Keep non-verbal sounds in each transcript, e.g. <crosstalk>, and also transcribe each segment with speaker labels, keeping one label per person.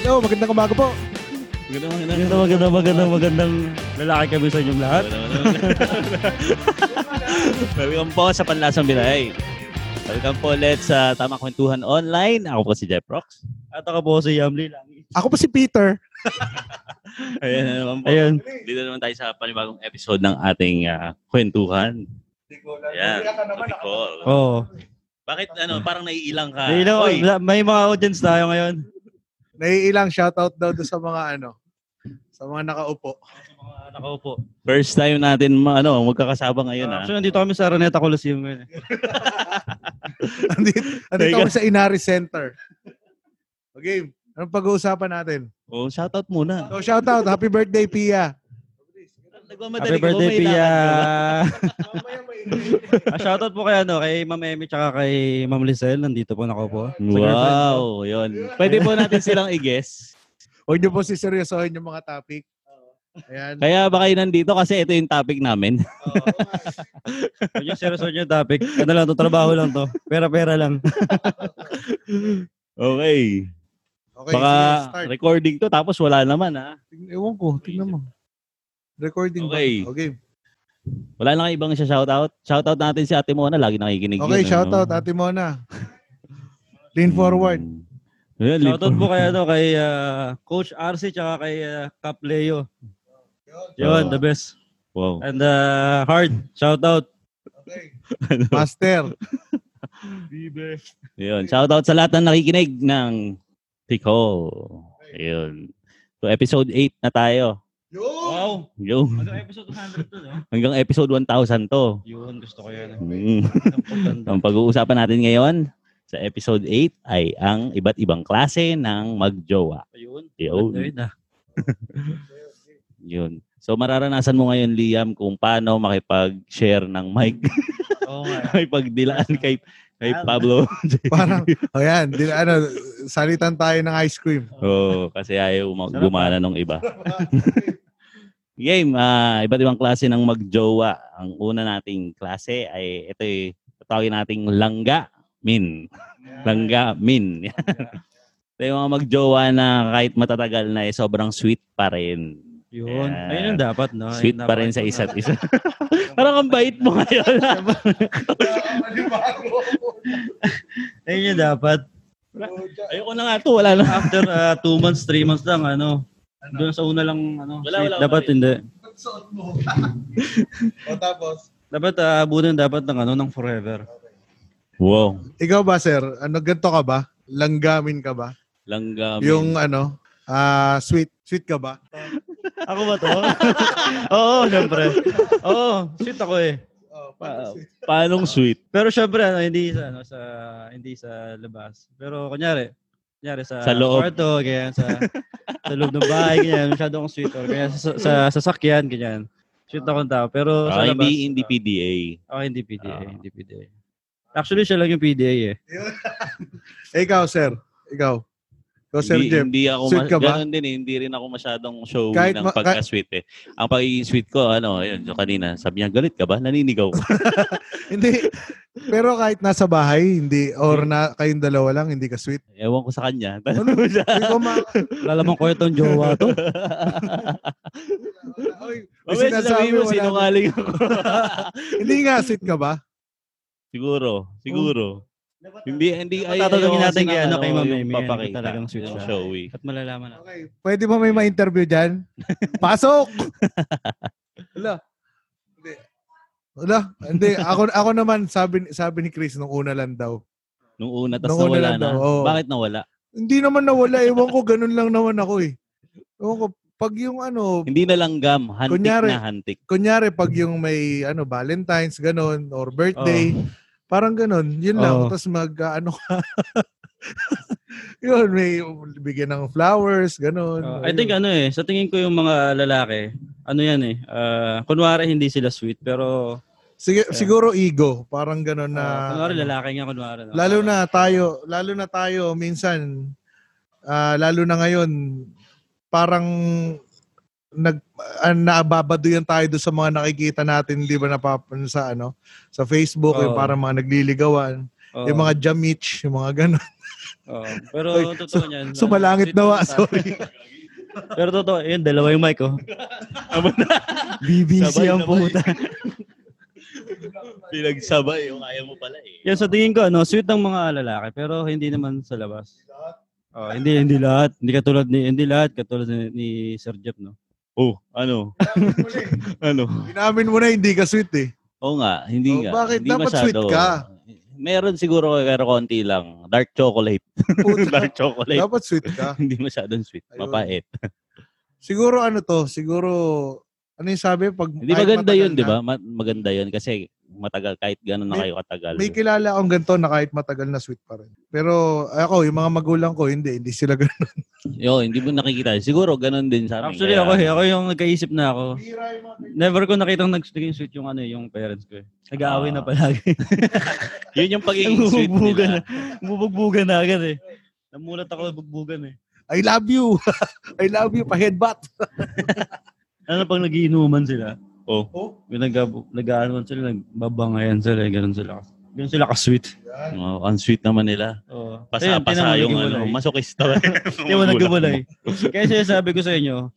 Speaker 1: Hello, magandang umaga po.
Speaker 2: Maganda, maganda.
Speaker 3: Maganda, maganda, maganda, magandang lalaki kami sa inyong lahat.
Speaker 2: Maganda, maganda. <laughs> Welcome po sa Panlasang Binay. Welcome po ulit sa Tama Kwentuhan Online. Ako po si Jeff Rox.
Speaker 3: At ako po si Yamli Langis.
Speaker 1: Ako po si Peter.
Speaker 2: Ayan na naman po.
Speaker 3: Ayun.
Speaker 2: Dito naman tayo sa panibagong episode ng ating ah, kwentuhan. Ayan. Topic call.
Speaker 3: Oo.
Speaker 2: Bakit ano, parang naiilang ka?
Speaker 3: Ayun, oh.
Speaker 2: Oy,
Speaker 3: may mga audience tayo ngayon.
Speaker 1: Naiilang shoutout daw doon sa mga ano, sa mga nakaupo.
Speaker 3: Mga nakaupo.
Speaker 2: first time natin ma- ano, magkakasama ngayon ah.
Speaker 3: Actually, nandito kami sa Araneta Coliseum ngayon. eh.
Speaker 1: Andito, andito
Speaker 2: Teka.
Speaker 1: kami sa Inari Center. Okay, anong pag-uusapan natin?
Speaker 2: Oh, shoutout muna.
Speaker 1: So, shoutout. Happy birthday, Pia.
Speaker 3: Happy
Speaker 2: Nagmamadali ka ba?
Speaker 3: birthday,
Speaker 2: May
Speaker 3: Pia!
Speaker 2: lakad ka ba?
Speaker 3: <laughs> Ah, shoutout po kay, ano, kay Ma'am Emi tsaka kay Ma'am Lizelle. Nandito po nakaupo. Sa girlfriend ko.
Speaker 2: Wow, yun. Pwede po natin silang i-guess.
Speaker 1: Huwag niyo po siseryosohin yung mga topic. Ayan. Oh.
Speaker 2: Kaya ba kayo nandito? Kasi ito yung topic
Speaker 3: <laughs>
Speaker 2: namin.
Speaker 3: Huwag niyo seryoso yung topic. Ano lang to, trabaho lang to. Pera-pera <laughs> lang.
Speaker 2: Okay.
Speaker 1: Okay,
Speaker 2: Baka
Speaker 1: sige, start.
Speaker 2: recording to tapos wala naman ah. ha.
Speaker 1: Tingnan- Ewan ko, tingnan mo. Recording
Speaker 2: Okay.
Speaker 1: ba? Okay.
Speaker 2: Wala lang ibang siya shoutout. Shoutout natin si Ate Mona. Lagi nakikinig
Speaker 1: Okay,
Speaker 2: yun,
Speaker 1: shoutout,
Speaker 2: ano?
Speaker 1: Ate Mona. Lean forward.
Speaker 2: Hmm. Ayun, lean
Speaker 3: Shoutout po
Speaker 2: forward.
Speaker 3: kay, ano, kay ah, Coach RC tsaka kay ah, Cap Leo. Yun, the best.
Speaker 2: Wow.
Speaker 3: And uh, hard, shoutout.
Speaker 1: Okay.
Speaker 2: Ano? <laughs>
Speaker 1: Master.
Speaker 3: Bibe.
Speaker 2: Ayun, shoutout sa lahat ng nakikinig ng Tico. Ayun. So episode 8 na tayo.
Speaker 3: Wow!
Speaker 2: Yung
Speaker 3: Hanggang episode 100 to, no?
Speaker 2: <laughs> hanggang episode 1000 to.
Speaker 3: Yun, gusto ko yan.
Speaker 2: Hmm.
Speaker 3: Ang
Speaker 2: Ang pag-uusapan natin ngayon sa episode 8 ay ang iba't ibang klase ng magjowa.
Speaker 3: Yun.
Speaker 2: Yun.
Speaker 3: ah.
Speaker 2: Yun. So mararanasan mo ngayon Liam kung paano makipag-share ng mic, <laughs>
Speaker 3: Oo nga.
Speaker 2: makipagdilaan kay kay <laughs> Pablo.
Speaker 1: <laughs> Parang, o yan, di, ano, salitan tayo ng ice cream.
Speaker 2: Oo, kasi ayaw mag- gumana nung iba. ah. <laughs> Game, ah, iba't ibang klase ng magjowa. Ang una nating klase ay ito ay tatawagin nating langga min. Langga min. <laughs> ito yung mga magjowa na kahit matatagal na eh, sobrang sweet pa rin.
Speaker 3: Yun.
Speaker 2: Yeah.
Speaker 3: Ayun ang dapat, no? Ayun
Speaker 2: Sweet pa
Speaker 3: dapat.
Speaker 2: rin sa isa't <laughs> isa. Parang ang bait mo ngayon.
Speaker 3: Ayun yung dapat.
Speaker 2: Ayoko na nga to, wala na.
Speaker 3: After uh, two months, three months lang, ano, doon sa una lang, ano,
Speaker 2: Wala,
Speaker 3: sweet.
Speaker 2: wala, wala
Speaker 3: dapat
Speaker 2: rin.
Speaker 3: hindi.
Speaker 1: <laughs> o tapos?
Speaker 3: Dapat uh, abutin dapat ng, ano, ng forever.
Speaker 2: Wow.
Speaker 1: Ikaw ba, sir? Ano, ganito ka ba? Langgamin ka ba?
Speaker 2: Langga min.
Speaker 1: Yung ano, ah sweet. Sweet ka ba?
Speaker 3: Ako ba to? <laughs> Oo, syempre. Oo, sweet ako eh.
Speaker 1: Oh,
Speaker 2: Pa- paanong sweet?
Speaker 3: Pero syempre, ano, hindi sa, ano, sa, hindi sa labas. Pero kunyari, kunyari sa,
Speaker 2: Sa loob.
Speaker 3: kwarto, ganyan, sa, sa loob ng bahay, ganyan, masyado akong sweet. Or kaya sa, sa, sa sasakyan, ganyan. Sweet akong tao. Pero sa
Speaker 2: Ah,
Speaker 3: labas,
Speaker 2: hindi, hindi PDA.
Speaker 3: ah, okay, hindi PDA,
Speaker 2: Ah.
Speaker 3: hindi PDA. Actually, siya lang yung PDA eh.
Speaker 1: Eh, Ikaw, sir. Ikaw. Ikaw, Oh, sir
Speaker 2: hindi,
Speaker 1: Jim.
Speaker 2: hindi ako
Speaker 1: sweet
Speaker 2: mas-
Speaker 1: ka ba?
Speaker 2: ganun din eh, hindi rin ako masyadong show
Speaker 1: Kahit
Speaker 2: ng
Speaker 1: ma- kahit-
Speaker 2: pagka-sweet eh. Ang pagiging sweet ko, ano, yun, so kanina, sabi niya, galit ka ba? Naninigaw ka. <laughs>
Speaker 1: Hindi. Pero kahit nasa bahay, hindi. Or na, kayong dalawa lang, hindi ka <laughs> sweet.
Speaker 2: Ewan ko sa kanya. <laughs>
Speaker 1: Ano?
Speaker 2: Tanong siya.
Speaker 1: Hindi ko ma...
Speaker 3: Lalamang ko itong jowa
Speaker 2: <laughs>
Speaker 3: to.
Speaker 1: Oy, may
Speaker 2: Mamaya sinabi mo,
Speaker 1: wala na.
Speaker 2: sinungaling ako.
Speaker 1: Hindi nga, sweet ka ba?
Speaker 2: siguro, siguro.
Speaker 1: Hmm.
Speaker 2: Hindi, hindi, ay,
Speaker 3: Tatanungin
Speaker 2: ayaw
Speaker 3: natin
Speaker 2: kasi
Speaker 3: kay
Speaker 2: ng
Speaker 3: ano, kay Ma'am
Speaker 2: yung
Speaker 3: Amy,
Speaker 2: papakita.
Speaker 3: talagang sweet
Speaker 2: yung
Speaker 3: siya.
Speaker 2: showy.
Speaker 3: At malalaman natin.
Speaker 1: Okay. Pwede ba may ma-interview dyan? Pasok! Wala. Hindi. Wala. Hindi. Ako, ako naman, sabi, sabi ni Chris nung una lang daw.
Speaker 2: Nung una, tas
Speaker 1: Nung una
Speaker 2: nawala
Speaker 1: lang
Speaker 2: na.
Speaker 1: daw, oo.
Speaker 2: Bakit nawala?
Speaker 1: Hindi naman nawala. Ewan ko, ganun lang naman ako eh. Ewan ko, pag yung ano,
Speaker 2: Hindi na langgam. Hantik
Speaker 1: Kunyari.
Speaker 2: na hantik.
Speaker 1: kunyari pag yung may ano, Valentine's, ganun, or birthday,
Speaker 3: Oh.
Speaker 1: parang ganun, yun lang.
Speaker 3: Oo.
Speaker 1: Tapos mag, ah, ano ka. <laughs> yun, may bigyan ng flowers, ganun.
Speaker 3: Uh, I think ano eh, sa tingin ko yung mga lalaki, ano yan eh, ah, kunwari hindi sila sweet, pero
Speaker 1: Sige, siguro ego, parang ganun na.
Speaker 3: ah, kunwari lalaki nga, kunwari. No?
Speaker 1: Lalo na tayo, lalo na tayo minsan ah, lalo na ngayon parang nag uh, nababaduyan tayo doon sa mga nakikita natin, 'di ba napapansin sa ano, sa Facebook,
Speaker 3: Oo.
Speaker 1: yung parang mga nagliligawan,
Speaker 3: Oo.
Speaker 1: yung mga jamich, yung mga ganun. <laughs>
Speaker 3: Oo. pero
Speaker 1: Uy,
Speaker 3: totoo niyan.
Speaker 1: Sumalangit
Speaker 3: sweet
Speaker 1: na wa,
Speaker 3: naman tayo.
Speaker 1: sorry.
Speaker 3: <laughs> Pero totoo, yun, dalawa yung mic, oh.
Speaker 2: Sabay
Speaker 3: BBC ang
Speaker 2: na ba
Speaker 3: puta.
Speaker 2: Pinagsabay. Yung kaya mo pala eh.
Speaker 3: Yan, sa tingin ko, ano, sweet ng mga lalaki, pero hindi naman sa labas. Oh, hindi, hindi lahat. Hindi katulad ni, hindi lahat, katulad ni, ni Sir Jeff, no?
Speaker 2: Oh,
Speaker 1: <laughs>
Speaker 2: ano? ano?
Speaker 1: Inamin mo na hindi ka sweet eh.
Speaker 2: Oo nga, hindi
Speaker 1: Oh,
Speaker 2: nga.
Speaker 1: bakit?
Speaker 2: Hindi oh.
Speaker 1: Dapat sweet ka.
Speaker 2: Meron siguro pero konti lang. Dark chocolate.
Speaker 1: Puta,
Speaker 2: <laughs> Dark
Speaker 1: <laughs>
Speaker 2: chocolate.
Speaker 1: dapat sweet ka.
Speaker 2: hindi masyadong sweet.
Speaker 1: Ayun.
Speaker 2: Mapait.
Speaker 1: Siguro ano to, siguro, ano yung sabi? Pag,
Speaker 2: Hindi
Speaker 1: kahit
Speaker 2: maganda
Speaker 1: matagal
Speaker 2: yun, di
Speaker 1: na-
Speaker 2: ba? Ma- maganda yun kasi matagal, kahit gano'n na
Speaker 1: May-
Speaker 2: kayo katagal.
Speaker 1: May kilala akong ganito na kahit matagal na sweet pa rin. Pero ako, yung mga magulang ko, hindi. Hindi sila ganun.
Speaker 2: Yo, hindi mo nakikita. Siguro gano'n din sa amin.
Speaker 3: Actually,
Speaker 2: Kaya-
Speaker 3: ako eh, ako yung nagkaisip na ako. Never ko nakitang naging sweet yung ano eh, yung parents ko eh. Nag-aaway na
Speaker 2: Ah.
Speaker 3: palagi. <laughs>
Speaker 2: Yun yung
Speaker 1: <laughs>
Speaker 2: pagiging sweet
Speaker 3: Namubugbugan
Speaker 2: nila.
Speaker 3: na. Bubugbugan na agad eh. Namulat ako bugbugan eh.
Speaker 1: I love you. <laughs> I love you. Pa-headbutt.
Speaker 3: Ano pang nagiinuman sila?
Speaker 2: Oh.
Speaker 3: Yung nag nag-aanuman sila, nagbabangayan sila, eh, ganun sila. Ganun sila ka-sweet.
Speaker 2: Oh, ang sweet naman nila.
Speaker 3: Oo. Ayun,
Speaker 2: Pasa-pasa
Speaker 3: tinan mo,
Speaker 2: yung
Speaker 3: naghiwalay.
Speaker 2: ano,
Speaker 3: <laughs>
Speaker 2: masokista.
Speaker 3: Hindi mo nagkabulay. Kaya sinasabi ko sa inyo,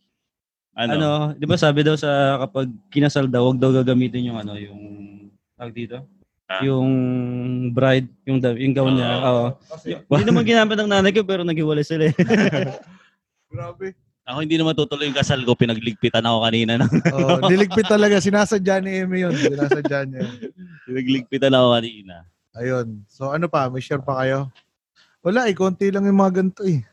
Speaker 2: Ano?
Speaker 3: ano, di ba sabi daw sa kapag kinasal daw, wag daw gagamitin yung ano, yung, tag dito?
Speaker 2: Ah.
Speaker 3: Yung bride, yung, da- yung gown niya. Oo. Y- Hindi naman ginamit ng nanay ko, pero naghiwalay sila eh. <laughs>
Speaker 1: Grabe.
Speaker 2: Ako hindi naman tutuloy yung kasal ko. Pinagligpitan ako kanina. ng-
Speaker 1: Oh, niligpit talaga. Sinasadya ni Amy yun. Sinasadya niya. yun.
Speaker 2: <laughs> Pinagligpitan ako kanina.
Speaker 1: Ayun. So ano pa? May share pa kayo? Wala eh. Konti lang yung mga ganito eh.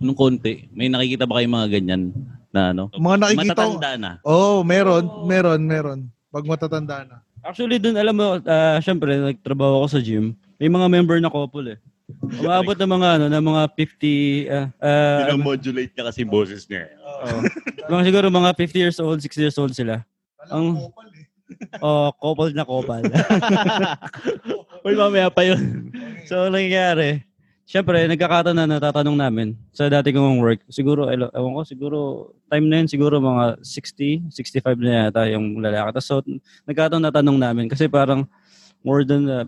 Speaker 2: Nung konti, may nakikita ba kayong mga ganyan na ano?
Speaker 1: Mga nakikita ko.
Speaker 2: Matatanda na.
Speaker 1: Oh, meron. Meron, meron. Pag matatanda na.
Speaker 3: Actually, dun, alam mo, ah, syempre, nagtrabaho ako sa gym. May mga member na couple eh. Umaabot ng mga, ano, ng mga 50, ah, ah,
Speaker 2: Minomodulate niya kasi boses niya. eh.
Speaker 3: Oo. mga siguro mga 50 years old, 60 years old sila. Ang-
Speaker 1: eh.
Speaker 3: O, couple Oh, na <laughs> couple.
Speaker 2: Uy, mamaya pa yun.
Speaker 3: so, ang nangyayari, syempre, nagkakataon na natatanong namin sa dati kong work. Siguro, elo- ewan ko, siguro, time na yun, siguro mga 60, 65 na yata yung lalaki. Tapos, so, nagkakataon natanong namin kasi parang more than uh,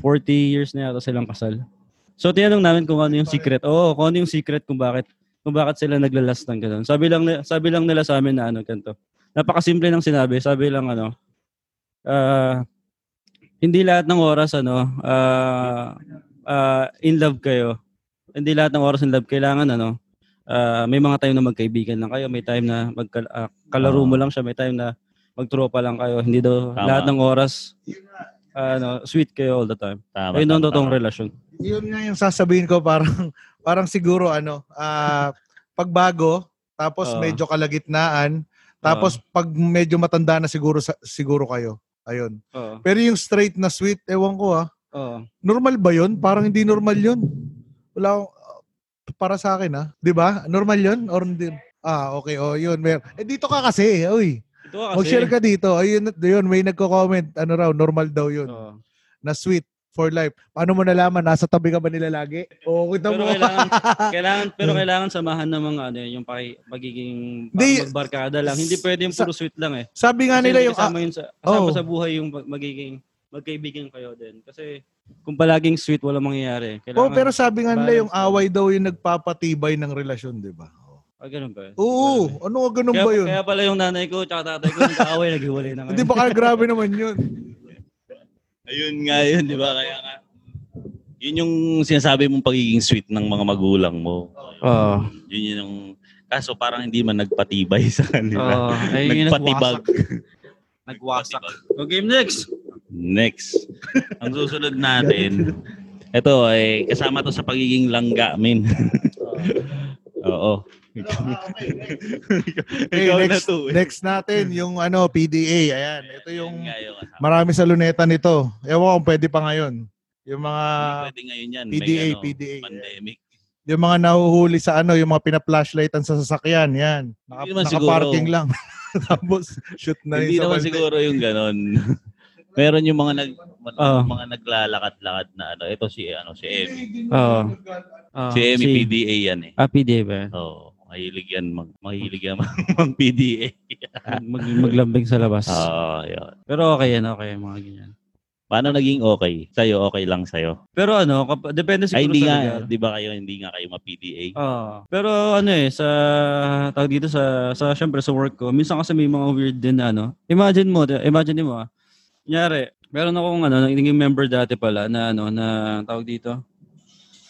Speaker 3: 40 years na yata silang kasal. So, tinanong namin kung ano yung secret. Oo, kung ano yung secret kung bakit kung bakit sila naglalas ng ganun. Sabi lang, ni- sabi lang nila sa amin na ano, ganito. Napakasimple ng sinabi. Sabi lang ano, ah, hindi lahat ng oras ano, ah, ah, in love kayo. Hindi lahat ng oras in love. Kailangan ano, ah, may mga time na magkaibigan lang kayo. May time na magkal- ah, kalaro mo lang siya. May time na magtropa lang kayo. Hindi daw
Speaker 2: Tama.
Speaker 3: lahat ng oras ano, sweet kayo all the time.
Speaker 2: Tama.
Speaker 3: Ayun ang
Speaker 2: tama,
Speaker 3: totoong
Speaker 2: tama.
Speaker 3: relasyon.
Speaker 1: Yun nga yung sasabihin ko. Parang, <laughs> parang siguro ano, ah, pagbago, tapos
Speaker 3: Oo.
Speaker 1: medyo kalagitnaan, tapos pag medyo matanda na siguro sa- siguro kayo. Ayun.
Speaker 3: Oo.
Speaker 1: Pero yung straight na sweet, ewan ko ah.
Speaker 3: Oo.
Speaker 1: Normal ba yun? Parang hindi normal yun. Wala akong- ah, para sa akin ah. 'Di ba? Normal yun? Or hindi? Ah, okay. Oh, yun. Mer eh, dito ka kasi. Uy.
Speaker 3: Ito ka
Speaker 1: Mag-share ka dito. Ayun, yun. May nagko-comment. Ano raw, normal daw yun.
Speaker 3: Oo.
Speaker 1: Na sweet for life. Paano mo nalaman? Nasa tabi ka ba nila lagi? Oo, kita
Speaker 3: Pero
Speaker 1: mo. <laughs>
Speaker 3: kailangan, kailangan, pero kailangan samahan ng mga ano, yung paki, pagiging
Speaker 1: Di-
Speaker 3: parang magbarkada lang. Hindi pwede yung
Speaker 1: sa-
Speaker 3: puro sweet lang eh.
Speaker 1: Sabi nga
Speaker 3: Kasi
Speaker 1: nila
Speaker 3: hindi
Speaker 1: yung...
Speaker 3: kasama, yun sa, kasama
Speaker 1: Oo.
Speaker 3: sa buhay yung mag- magiging magkaibigan kayo din. Kasi kung palaging sweet, wala
Speaker 1: oh,
Speaker 3: mangyayari. Kailangan,
Speaker 1: pero sabi nga nila yung
Speaker 3: balance.
Speaker 1: away daw yung nagpapatibay ng relasyon, di ba?
Speaker 3: Ah, ganun ba?
Speaker 1: Oo,
Speaker 3: Ganun ba?
Speaker 1: ano nga ganun
Speaker 3: Kaya,
Speaker 1: ba yun?
Speaker 3: kaya pala yung nanay ko tsaka tatay ko nag-aaway, naghiwalay na
Speaker 1: Hindi
Speaker 3: ngayon.
Speaker 1: ba grabe naman yun?
Speaker 2: Ayun nga yun, di ba? Kaya nga. Yun yung sinasabi mong pagiging sweet ng mga magulang mo.
Speaker 3: Oo.
Speaker 2: Yun yun yung... Kaso parang hindi man nagpatibay <laughs> sa kanila.
Speaker 3: Oo. Ay, yung
Speaker 2: Nagpatibag.
Speaker 3: Nagwasak. So, game next.
Speaker 2: Next. <laughs> Ang susunod natin, ito ay kasama to sa pagiging langga, min. <laughs> Oo.
Speaker 1: Ah, Okay,
Speaker 2: Ikaw na
Speaker 1: next,
Speaker 2: to. eh.
Speaker 1: next natin, yung ano, PDA. Ayan, ito yung
Speaker 2: Ayun nga yung kasama.
Speaker 1: marami sa luneta nito. Ewan ko kung pwede pa ngayon. Yung mga,
Speaker 2: Hindi pwede ngayon yan. May
Speaker 1: PDA,
Speaker 2: ano,
Speaker 1: PDA.
Speaker 2: Pandemic.
Speaker 1: yung mga nahuhuli sa ano, yung mga pina-flashlightan sa sasakyan, yan. Naka,
Speaker 2: Hindi naman
Speaker 1: naka-parking lang. <laughs> Tapos, shoot na
Speaker 2: Hindi
Speaker 1: yun sa
Speaker 2: naman
Speaker 1: balde.
Speaker 2: siguro yung ganon. <laughs> Meron yung mga nag
Speaker 1: Ah.
Speaker 3: Oo.
Speaker 2: mga naglalakad-lakad na ano. Ito si ano si Emmy.
Speaker 3: Oo.
Speaker 2: Si Emmy PDA yan eh.
Speaker 3: Ah, PDA ba?
Speaker 2: Oo. mahilig yan mag mahilig yan <laughs> mag, mag PDA.
Speaker 3: Mag, maglambing sa labas.
Speaker 2: Oo, yun.
Speaker 3: Pero okay yan, okay mga ganyan.
Speaker 2: Paano naging okay? Sa'yo, okay lang sa'yo?
Speaker 3: Pero ano, kap- depende
Speaker 2: Ay,
Speaker 3: siguro
Speaker 2: hindi
Speaker 3: sa
Speaker 2: nga, eh.
Speaker 3: lugar.
Speaker 2: di ba kayo, hindi nga kayo ma-PDA?
Speaker 3: Ah, pero ano eh sa tawag dito sa sa syempre sa work ko, minsan kasi may mga weird din na ano. Imagine mo, imagine mo. ah. Kunyari, meron akong ano, naging member dati pala na ano na tawag dito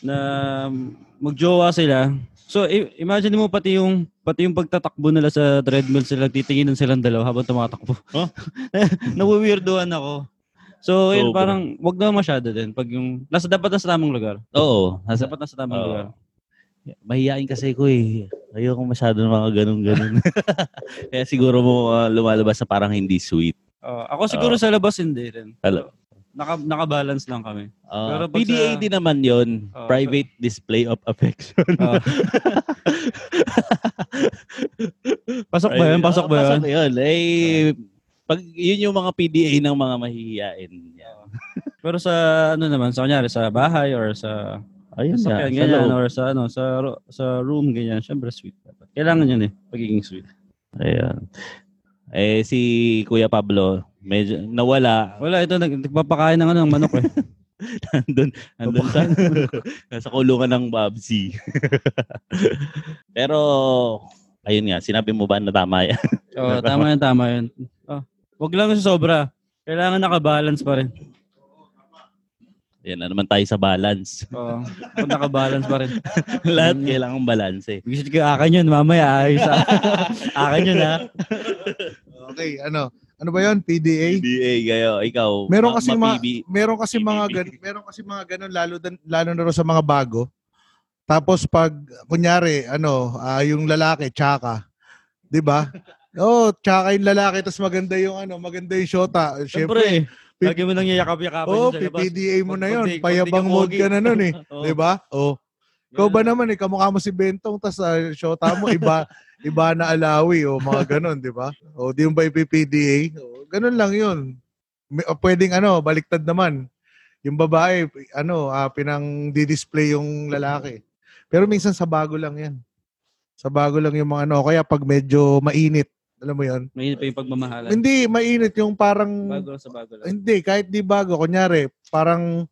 Speaker 3: na magjowa sila. So i- imagine mo pati yung pati yung pagtatakbo nila sa treadmill sila nagtitinginan silang dalawa habang tumatakbo.
Speaker 2: Huh?
Speaker 3: <laughs> Nawi-weirdoan ako. So, yun,
Speaker 2: Sobra.
Speaker 3: parang wag na masyado din pag yung nasa dapat nasa tamang lugar.
Speaker 2: Oo. Nasa,
Speaker 3: Dapat nasa tamang
Speaker 2: Oo.
Speaker 3: lugar.
Speaker 2: mahihain kasi ko eh. Ayoko masyado ng mga ganun-ganun. <laughs> Kaya siguro mo ah, lumalabas na parang hindi sweet.
Speaker 3: Oo, ako siguro sa labas hindi rin.
Speaker 2: Hello.
Speaker 3: Naka, naka-balance lang kami.
Speaker 2: Ah,
Speaker 3: Pero pag
Speaker 2: PDA
Speaker 3: sa- Oh,
Speaker 2: din naman yon
Speaker 3: Oo,
Speaker 2: Private display of affection.
Speaker 3: Oo. pasok ba yun?
Speaker 2: Private-
Speaker 3: Pasok
Speaker 2: Oo,
Speaker 3: ba yun?
Speaker 2: Pasok yun. Eh, pag, yun yung mga PDA ng mga mahihiyain.
Speaker 3: Pero sa ano naman, sa kunyari sa bahay or sa
Speaker 2: Ayun
Speaker 3: sa
Speaker 2: nga. Sa
Speaker 3: ganyan
Speaker 2: loob.
Speaker 3: or sa ano, sa ro- sa room ganyan, syempre sweet dapat. Kailangan yun eh, pagiging sweet.
Speaker 2: Ayan. Eh, si Kuya Pablo, medyo nawala.
Speaker 3: Wala ito nag, nagpapakain ng ano ng manok
Speaker 2: <laughs>
Speaker 3: eh.
Speaker 2: Andun, andun sa, nasa kulungan ng
Speaker 3: <laughs>
Speaker 2: Babsi. Pero, ayun nga, sinabi mo ba na tama yan?
Speaker 3: Oo, tama yun, tama yun. Oh, wag lang sa sobra. Kailangan nakabalance pa rin.
Speaker 2: Ayan na naman tayo sa balance. <laughs>
Speaker 3: Oo. Pag nakabalance pa rin.
Speaker 2: Lahat
Speaker 3: Mm.
Speaker 2: kailangan balance eh.
Speaker 3: Bisit ka akin yun, mamaya ayos. ah. <laughs> akin yun ah. ha.
Speaker 1: Okay, ano? Ano ba 'yon? PDA?
Speaker 2: PDA, kayo, ikaw.
Speaker 1: Meron kasi ma-
Speaker 2: ma-PB.
Speaker 1: Meron kasi mga gan meron kasi mga ganun lalo dan- lalo na rin sa mga bago. Tapos pag kunyari ano, ah, yung lalaki tsaka, 'di
Speaker 2: <laughs>
Speaker 1: ba? Oh, tsaka yung lalaki tapos maganda yung ano, maganda yung shota. Syempre,
Speaker 3: Siyempre,
Speaker 1: pip-
Speaker 3: lagi mo nang yayakap-yakapin
Speaker 1: oh,
Speaker 3: sa labas.
Speaker 1: PPDA mo
Speaker 3: Pag-
Speaker 1: na
Speaker 3: pag
Speaker 1: 'yon.
Speaker 3: di- pag di
Speaker 1: Payabang
Speaker 3: ka
Speaker 1: mode
Speaker 3: pogi.
Speaker 1: ka na nun eh,
Speaker 3: <laughs> Oo.
Speaker 1: 'di ba? Oh. Ikaw ba naman eh, kamukha mo si Bentong, tas uh, shota mo, iba, iba na alawi, o mga ganun, di ba? O di yung by PPDA, o, ganun lang yun. May- o, pwedeng ano, baliktad naman. Yung babae, ano, ah, pinang di-display yung lalaki. Pero minsan sa bago lang yan. Sa bago lang yung mga ano, o kaya pag medyo mainit, alam mo yun?
Speaker 3: May pa yung pagmamahalan.
Speaker 1: Hindi, mainit yung parang
Speaker 3: Bago sa bago lang.
Speaker 1: hindi, kahit di bago. Kunyari, parang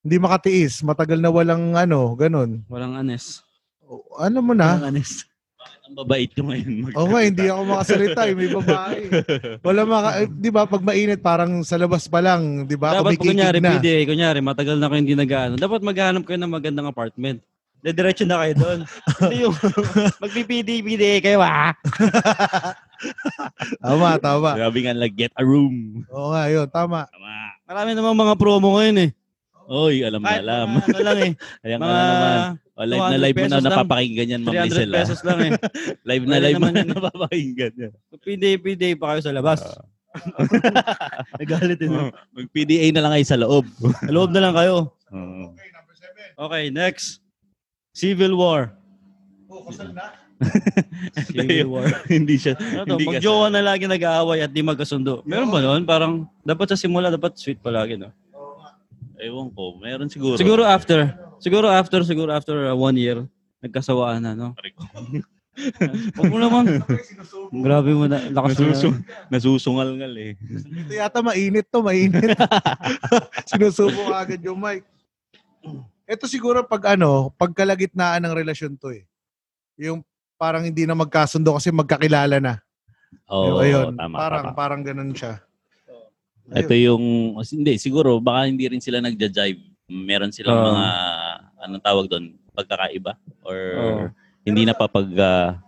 Speaker 1: hindi makatiis. Matagal na walang ano, ganun.
Speaker 3: Walang anes.
Speaker 1: O, ano mo na?
Speaker 3: Walang anes.
Speaker 2: Ang babait ko ngayon.
Speaker 1: Oo nga, hindi ako makasalita. eh. May
Speaker 2: <laughs>
Speaker 1: babae. Wala maka... eh, Di ba, pag mainit, parang sa labas pa lang, di ba?
Speaker 3: Dapat
Speaker 1: Kumikikig
Speaker 3: kunyari,
Speaker 1: Ah, na.
Speaker 3: PDA, kunyari, matagal na kayo hindi nag-ano. Dapat maghanap kayo ng magandang apartment. Dediretso na kayo
Speaker 1: <laughs>
Speaker 3: doon. Hindi yung magpipidi-pidi kayo ah.
Speaker 1: Tama,
Speaker 2: <laughs>
Speaker 1: tama.
Speaker 2: Grabe nga, like, get a room.
Speaker 1: Oo nga, yun. Tama.
Speaker 2: Tama.
Speaker 3: Marami namang mga promo ngayon eh.
Speaker 2: Oy, alam na
Speaker 3: Kahit
Speaker 2: alam.
Speaker 3: mga ano lang <laughs> eh.
Speaker 2: Ayan ka
Speaker 3: mga
Speaker 2: na naman. O, live na
Speaker 3: 200
Speaker 2: live mo na
Speaker 3: pesos lang.
Speaker 2: napapakinggan yan, Ma'am
Speaker 3: 300
Speaker 2: Lisel. ah.
Speaker 3: pesos lang <laughs> eh.
Speaker 2: Live na
Speaker 3: Pwede
Speaker 2: live mo
Speaker 3: naman
Speaker 2: na
Speaker 3: yan.
Speaker 2: napapakinggan yan.
Speaker 3: PDA-PDA pa kayo sa labas.
Speaker 1: Ah.
Speaker 3: Nagalit din.
Speaker 2: Oh, Mag-PDA na lang kayo sa loob. Oh.
Speaker 3: Loob na lang kayo.
Speaker 2: Oo.
Speaker 1: Okay, number seven.
Speaker 3: Okay, next. Civil War.
Speaker 1: Oh, kasal
Speaker 3: <laughs>
Speaker 1: na.
Speaker 3: Civil War.
Speaker 2: <laughs> hindi siya.
Speaker 1: Ah,
Speaker 3: Ano
Speaker 2: hindi kasi-
Speaker 3: to, magjowa na lagi nag-aaway at di magkasundo. Meron ba noon? Parang dapat sa simula, dapat sweet palagi, no?
Speaker 2: Ewan ko, meron siguro.
Speaker 3: Siguro
Speaker 1: ah,
Speaker 3: after. Siguro after, siguro after uh, one year, nagkasawaan na, no? <laughs> Huwag mo naman. Grabe mo na. Lakas mo
Speaker 1: <laughs>
Speaker 3: na.
Speaker 2: Nasusu- nasusungal-ngal eh.
Speaker 1: Ito yata mainit to,
Speaker 2: <laughs>
Speaker 1: mainit. Sinusubo ka agad yung mic. Ito siguro pag ano, pagkalagitnaan ng relasyon to eh. Yung parang hindi na magkasundo kasi magkakilala na.
Speaker 2: Oo,
Speaker 1: Ayun,
Speaker 2: tama,
Speaker 1: parang,
Speaker 2: tama.
Speaker 1: parang ganun siya.
Speaker 2: Ito yung, hindi, siguro, baka hindi rin sila nagja-jive. Meron
Speaker 1: Ah.
Speaker 2: silang
Speaker 3: Oo.
Speaker 2: mga, anong tawag doon, pagkakaiba? Or
Speaker 1: Ah.
Speaker 3: Oo.
Speaker 2: hindi ah, napapag-unawaan?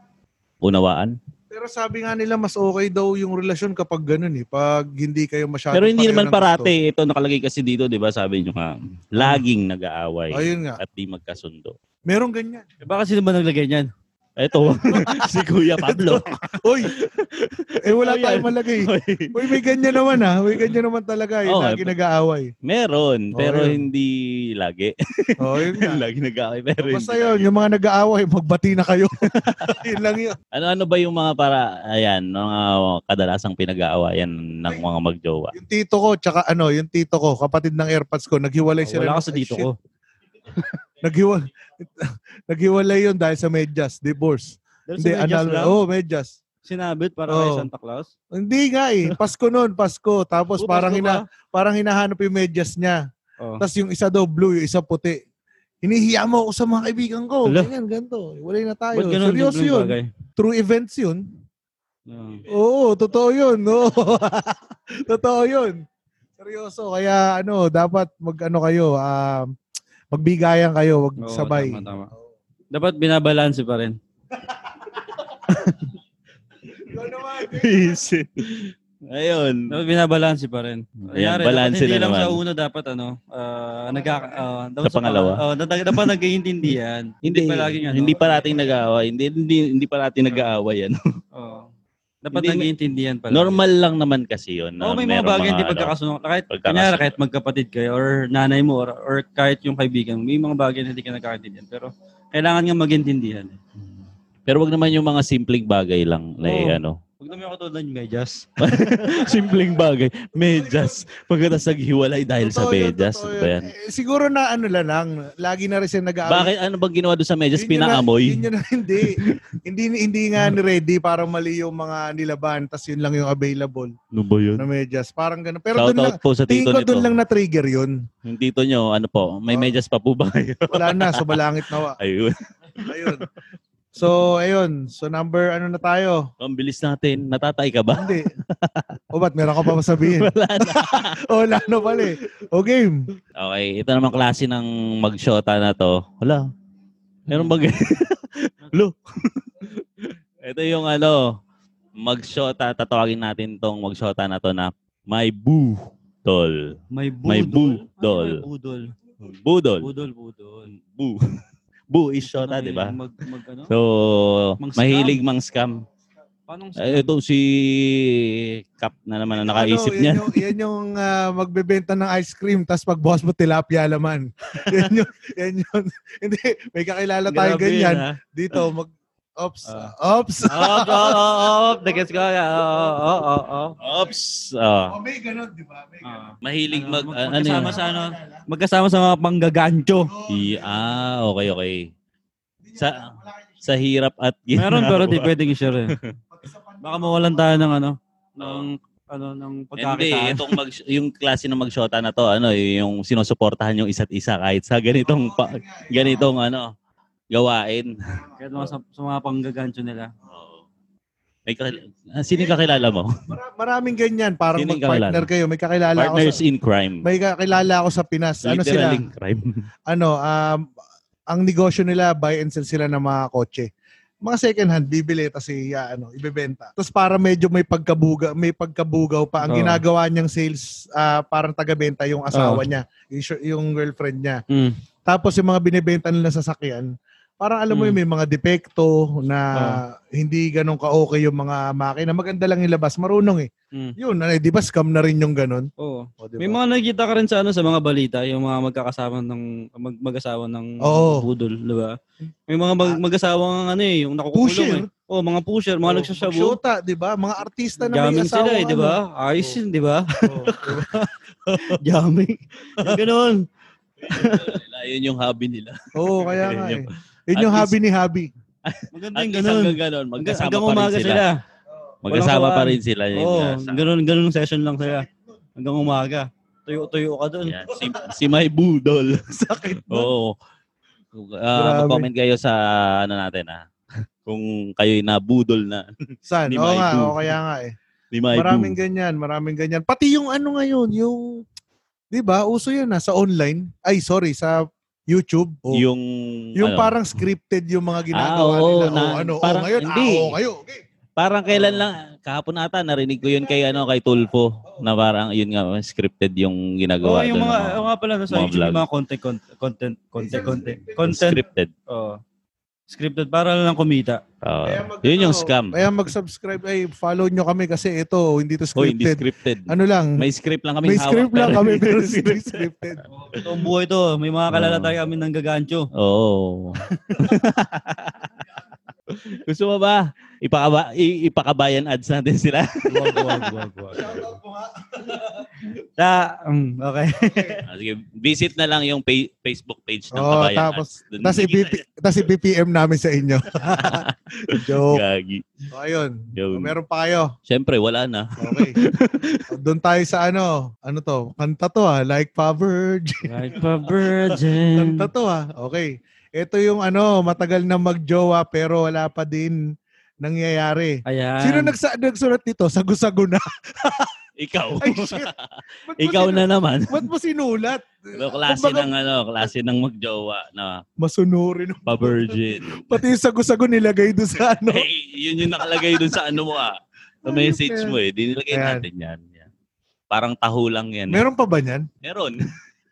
Speaker 1: Pero sabi nga nila mas okay daw yung relasyon kapag ganun eh. Pag hindi kayo masyado
Speaker 2: Pero hindi
Speaker 1: pareho
Speaker 2: naman
Speaker 1: ng gusto.
Speaker 2: parate. Ito nakalagay kasi dito, di ba? Sabi nyo nga, laging nag-aaway
Speaker 1: Ayun nga.
Speaker 2: at di magkasundo.
Speaker 1: Merong ganyan.
Speaker 3: Eh, Baka sino ba naglagay niyan?
Speaker 2: Ito, <laughs> si Kuya Pablo.
Speaker 1: <laughs>
Speaker 3: <laughs>
Speaker 1: Oy! eh wala
Speaker 2: Ano yan?
Speaker 1: tayong malagay. Uy, may ganyan naman ah. May ganyan naman talaga. eh, Yung
Speaker 2: Oo,
Speaker 3: eh,
Speaker 1: lagi nag-aaway.
Speaker 2: Meron,
Speaker 1: Oo,
Speaker 2: pero
Speaker 1: yun.
Speaker 2: hindi lagi. <laughs>
Speaker 1: Oo, Oh, yun
Speaker 3: <laughs>
Speaker 1: nga.
Speaker 2: lagi nag-aaway, pero
Speaker 1: Basta yun,
Speaker 2: hindi lagi.
Speaker 1: yung mga nag-aaway, magbati na kayo. <laughs> yun lang yun.
Speaker 2: Ano-ano Ano, ba yung mga para, ayan, mga kadalasang pinag-aawayan ng mga magjowa?
Speaker 3: <laughs>
Speaker 1: Yung tito ko, tsaka ano, yung tito ko, kapatid ng airpods ko, naghiwalay sila.
Speaker 3: Oh, Wala
Speaker 1: ng-
Speaker 3: ka sa dito
Speaker 1: Ay, shit,
Speaker 3: ko.
Speaker 1: Naghiwa- <laughs> naghiwalay yun dahil sa medyas, divorce.
Speaker 3: Dahil sa
Speaker 1: Hindi,
Speaker 3: medyas
Speaker 1: anal.
Speaker 3: lang.
Speaker 1: Oo, oh, medyas.
Speaker 3: Sinabit para
Speaker 1: Oo.
Speaker 3: kay Santa Claus.
Speaker 1: Hindi nga eh. Pasko noon, Pasko. Tapos
Speaker 3: Oh,
Speaker 1: parang,
Speaker 3: Pasko
Speaker 1: hina, parang hinahanap yung medyas niya.
Speaker 3: Oh.
Speaker 1: Tapos yung isa daw blue, yung isa puti. Hinihiya mo ako sa mga kaibigan ko.
Speaker 3: Hala.
Speaker 1: Ganyan, ganito. Walay na tayo.
Speaker 3: Ba't ganun?
Speaker 1: Seryoso
Speaker 3: Ganun
Speaker 1: yun.
Speaker 3: bagay.
Speaker 1: True events yun.
Speaker 3: Oo.
Speaker 1: Oo, totoo yun. No? <laughs> totoo yun. Seryoso. Kaya ano, dapat mag ano kayo, ah, magbigayan kayo, wag
Speaker 3: Oo,
Speaker 1: sabay.
Speaker 3: Oh. Tama, tama. Dapat binabalanse pa rin.
Speaker 1: Ikaw naman,
Speaker 2: Ayun.
Speaker 3: Dapat binabalanse pa rin.
Speaker 2: Ayan,
Speaker 3: Ano, Kunyari,
Speaker 2: balanse
Speaker 3: dapat hindi
Speaker 2: na
Speaker 3: lang
Speaker 2: naman.
Speaker 3: sa una dapat ano, uh, nagka, ah, dapat
Speaker 2: Sa pangalawa?
Speaker 3: pang- oh, dapat, dapat nagkaiintindihan.
Speaker 2: Hindi,
Speaker 3: Hindi palaging ano.
Speaker 2: Hindi parating nag-aaway. Hindi, hindi, hindi parating nag-aaway yan.
Speaker 3: Oo. Oh, Dapat
Speaker 2: Hindi-
Speaker 3: nagkaiintindihan pala.
Speaker 2: Normal lang naman kasi yun. na
Speaker 3: Oo, may mga
Speaker 2: merong
Speaker 3: bagay hindi
Speaker 2: ano,
Speaker 3: pagkakasunod. Kahit,
Speaker 2: pagkakasunod.
Speaker 3: kunyari, kahit magkapatid kayo or nanay mo or, or kahit yung kaibigan mo, may mga bagay na hindi ka nagkakaintindihan. Pero kailangan nga eh. magintindihan.
Speaker 2: Pero wag naman yung mga simpleng bagay lang na
Speaker 3: Oo.
Speaker 2: ano.
Speaker 3: <laughs> Huwag naman ako tulad ng medyas.
Speaker 2: simpleng bagay. Medyas. Pagkatapos naghiwalay dahil sa
Speaker 1: Totoo yun,
Speaker 2: medyas.
Speaker 1: totoo
Speaker 2: Ano
Speaker 1: yun.
Speaker 2: ba yan?
Speaker 1: Eh, siguro na ano la lang, lagi na rin siya nag-aaway.
Speaker 2: Bakit? Ano bang ginawa doon sa medyas?
Speaker 1: Yun yun na-
Speaker 2: Pinaamoy?
Speaker 1: Yun yun na- <laughs> hindi. hindi hindi
Speaker 3: <laughs>
Speaker 1: nga ni ready parang mali yung mga nilaban tas yun lang yung available
Speaker 2: Ano ba yun?
Speaker 1: na medyas. Parang ganun. Pero
Speaker 2: Shout
Speaker 1: doon lang,
Speaker 2: out po sa
Speaker 1: tingin
Speaker 2: tito
Speaker 1: ko
Speaker 2: nito.
Speaker 1: doon lang na-trigger yun.
Speaker 2: Yung tito nyo, ano po, may
Speaker 1: Oh.
Speaker 2: medyas pa po ba
Speaker 3: <laughs>
Speaker 2: kayo?
Speaker 1: Wala na, sa balangit nawa.
Speaker 2: Ayun.
Speaker 1: Ayun. So, ayun. So, number ano na tayo?
Speaker 2: Ang bilis natin. Natatay ka ba? <laughs>
Speaker 1: Hindi. O ba't meron ka pa masabihin?
Speaker 2: Wala na.
Speaker 1: o, wala na pala eh. O, game.
Speaker 2: Okay, ito naman klase ng magshota na to. Wala. Meron ba ganyan?
Speaker 3: Hmm.
Speaker 2: <laughs> Lo. ito yung ano, magshota, tatawagin natin tong magshota na to na my boo doll.
Speaker 3: May budol.
Speaker 2: May
Speaker 3: Ano
Speaker 2: budol.
Speaker 3: may budol?
Speaker 2: Budol.
Speaker 3: Budol, budol.
Speaker 2: Boo. <laughs> Boo is shota,
Speaker 3: Ano
Speaker 2: Tota, di ba?
Speaker 3: yun, Mag, mag, ano?
Speaker 2: So,
Speaker 3: Mang scam.
Speaker 2: mahilig mang scam.
Speaker 3: Paano ang
Speaker 2: Eh, Ito si Cap na naman ang nakaisip
Speaker 1: Ano,
Speaker 2: niya.
Speaker 1: Yan yung, yan yung ah, magbebenta ng ice cream tapos pag boss mo tilapia laman. <laughs> yan yun. Yan yun. <laughs> hindi. May kakilala tayo
Speaker 3: Grabe
Speaker 1: ganyan.
Speaker 3: yun, ah.
Speaker 1: Dito, mag... Ops.
Speaker 3: Ah.
Speaker 1: ops. <laughs>
Speaker 3: Oo, oo, oo, oo. Nagets ko. Oo, oo, oo, oo.
Speaker 2: Ops! Ah.
Speaker 1: Oh, may ganun, di ba? May
Speaker 3: Ah.
Speaker 2: mahilig mag...
Speaker 3: Ano,
Speaker 2: ah, ano
Speaker 3: magkasama
Speaker 2: yun?
Speaker 3: sa ano? Magkasama sa mga panggagancho.
Speaker 2: I- ah, okay, okay. Sa- Sa hirap at <laughs>
Speaker 3: Meron pero di
Speaker 2: ginhawa.
Speaker 3: pwedeng i-share eh. Baka mawalan tayo ng ano, ng ano ng
Speaker 2: Hindi,
Speaker 3: pagkakitaan.
Speaker 2: itong mag, yung klase ng magshota na to, ano, yung sinusuportahan yung isa't isa kahit sa ganitong pa- ganitong ano, gawain.
Speaker 3: Kahit mga sa, sa mga panggagancho nila.
Speaker 2: May kakil- ah, sino yung kakilala mo?
Speaker 1: Mara- maraming ganyan. Parang
Speaker 2: Sino yung
Speaker 1: mag-partner kayo. May kakilala ako
Speaker 2: Partners
Speaker 1: sa...
Speaker 2: in crime.
Speaker 1: May kakilala ako sa Pinas. Ano sila?
Speaker 2: Literal in
Speaker 3: <laughs>
Speaker 2: crime.
Speaker 1: ano, um, ang negosyo nila, buy and sell sila ng mga kotse. Mga second hand, bibili, tapos iya, ano, ibebenta. Tapos para medyo may pagkabuga, may pagkabugaw pa. Ang
Speaker 3: Oo.
Speaker 1: ginagawa niyang sales, ah, parang tagabenta yung asawa
Speaker 3: Oo.
Speaker 1: niya, yung, sh- yung girlfriend niya.
Speaker 2: Hmm.
Speaker 3: Mm.
Speaker 1: Tapos yung mga binibenta nila sasakyan, parang alam mo
Speaker 3: Mm.
Speaker 1: yung may mga depekto na hindi ganun ka-okay yung mga makina. Maganda lang yung labas, marunong eh.
Speaker 3: Mm.
Speaker 1: Yun, ano, eh, di ba scam na rin yung ganun?
Speaker 3: Oo.
Speaker 1: O, di
Speaker 3: May
Speaker 1: ba?
Speaker 3: mga nakikita ka rin sa ano sa mga balita, yung mga magkakasama ng mag, mag-asawa ng
Speaker 1: Oo. Ah.
Speaker 3: budol, di ba? May mga mag, mag-asawa ng ano eh, yung
Speaker 1: Pusher.
Speaker 3: nakukulong eh. Oh, mga pusher, mga nagsashabu.
Speaker 1: Shota, di ba? Mga artista na Ano, may
Speaker 3: Jamming
Speaker 1: asawa. ano?
Speaker 3: sila eh, di
Speaker 2: <laughs>
Speaker 3: ba? Ayos
Speaker 1: Oo.
Speaker 3: yun, di
Speaker 1: <laughs>
Speaker 3: ba?
Speaker 1: Oo, di ba?
Speaker 3: Jamming. Yung Ganun.
Speaker 2: Yun yung hobby nila.
Speaker 1: Oo, kaya nga eh.
Speaker 2: Yun
Speaker 1: Yun yung
Speaker 2: At
Speaker 1: hobby ni hobby.
Speaker 3: Maganda
Speaker 2: At
Speaker 3: yung
Speaker 2: least
Speaker 3: ganun.
Speaker 2: hanggang ganun, magkasama
Speaker 3: Hanggang
Speaker 2: pa
Speaker 3: umaga
Speaker 2: rin sila.
Speaker 3: sila.
Speaker 2: Magkasama
Speaker 3: Walang
Speaker 2: pa rin sila. Yun
Speaker 3: Oo,
Speaker 2: nga, sa-
Speaker 3: ganun, ganun ang session lang sila. Hanggang umaga. Tuyo-tuyo ka dun.
Speaker 2: <laughs> Yan, si, si May Budol.
Speaker 1: <laughs> Sakit na.
Speaker 2: Oo.
Speaker 1: Grabe.
Speaker 2: Ah, mag-comment kayo sa ano natin ah. Kung kayo nabudol na
Speaker 1: San?
Speaker 2: Ni
Speaker 1: Oo
Speaker 2: Maibu.
Speaker 1: nga, oo kaya nga eh.
Speaker 2: ni May
Speaker 1: Maraming
Speaker 2: Maraming
Speaker 1: ganyan, maraming ganyan. Pati yung ano ngayon, yung, di ba, uso yun na sa online. Ay, sorry, sa YouTube. Oo.
Speaker 2: yung
Speaker 1: Oh. yung
Speaker 2: ano,
Speaker 1: parang scripted yung mga ginagawa
Speaker 2: Ah, oo,
Speaker 1: nila.
Speaker 2: na-
Speaker 1: Oo, ano, oo,
Speaker 2: parang-
Speaker 1: ngayon,
Speaker 2: hindi.
Speaker 1: ah, oo, kayo. Okay.
Speaker 2: parang kailan lang kahapon ata narinig ko yun kay ano kay Tulfo na parang yun nga scripted yung
Speaker 3: Oo,
Speaker 2: ginagawa
Speaker 3: yung
Speaker 2: doon
Speaker 3: mga,
Speaker 2: ng
Speaker 3: oo nga pala, no,
Speaker 2: mga
Speaker 3: sa YouTube, yung
Speaker 2: vlog.
Speaker 3: mga content, content, content, content, content,
Speaker 2: scripted.
Speaker 3: oo. Scripted, para lang kumita.
Speaker 2: Oo.
Speaker 1: Kaya mag-
Speaker 2: yun yung
Speaker 1: ano,
Speaker 2: scam.
Speaker 1: Kaya mag-subscribe, ay, follow nyo kami kasi ito, hindi to
Speaker 2: Oh, hindi
Speaker 1: scripted.
Speaker 2: scripted.
Speaker 1: ano lang, may,
Speaker 2: May script lang kami
Speaker 1: script lang kami,
Speaker 2: <laughs>
Speaker 1: pero hindi scripted.
Speaker 3: Ito ang buhay to. ah. May mga kalala tayo kami ng gagancho.
Speaker 2: Oo. <laughs> Gusto mo ba ipakaba, i- ipakabayan ads natin sila?
Speaker 3: <laughs> Wag, wag, wag, wag. Ta, um, okay.
Speaker 2: <laughs> Ah, sige, visit na lang yung pa- Facebook page ng
Speaker 1: Oo,
Speaker 2: Kabayan
Speaker 1: tapos-
Speaker 2: Ads. Dun
Speaker 1: Tapos
Speaker 2: makikita
Speaker 1: ipipi- tas ipipm namin sa inyo. Joke.
Speaker 2: Gagi.
Speaker 1: So, ayun.
Speaker 2: Yun.
Speaker 1: So, meron pa kayo.
Speaker 2: Siyempre, wala na. <laughs>
Speaker 1: Okay. So, Doon tayo sa ano. Ano to? Kanta to ah. Like pa virgin.
Speaker 3: Like a virgin.
Speaker 1: Kanta to ah. Okay. Ito yung ano, matagal na magjowa pero wala pa din nangyayari.
Speaker 3: Ayan.
Speaker 1: Sino nagsa- nagsulat nito? Sago-sago na.
Speaker 2: Ikaw.
Speaker 1: Ay, shit. Ba't mo
Speaker 2: <laughs> Ikaw
Speaker 1: sinu-
Speaker 2: na <laughs> naman.
Speaker 1: Ba't mo sinulat?
Speaker 2: Ano, klase
Speaker 1: Kumbaga,
Speaker 2: ng ano, klase ng magjowa na
Speaker 1: Masunurin.
Speaker 2: <laughs> pa-virgin.
Speaker 1: Pati yung sago-sago nilagay doon sa ano.
Speaker 2: Eh, yun yung nakalagay dun sa ano mo ah. Sa
Speaker 1: Ayun,
Speaker 2: message
Speaker 1: fair.
Speaker 2: mo eh. Dinilagay
Speaker 1: Ayan.
Speaker 2: natin yan. Yan. Parang taho lang yan. eh.
Speaker 1: Meron pa ba niyan?
Speaker 2: Meron.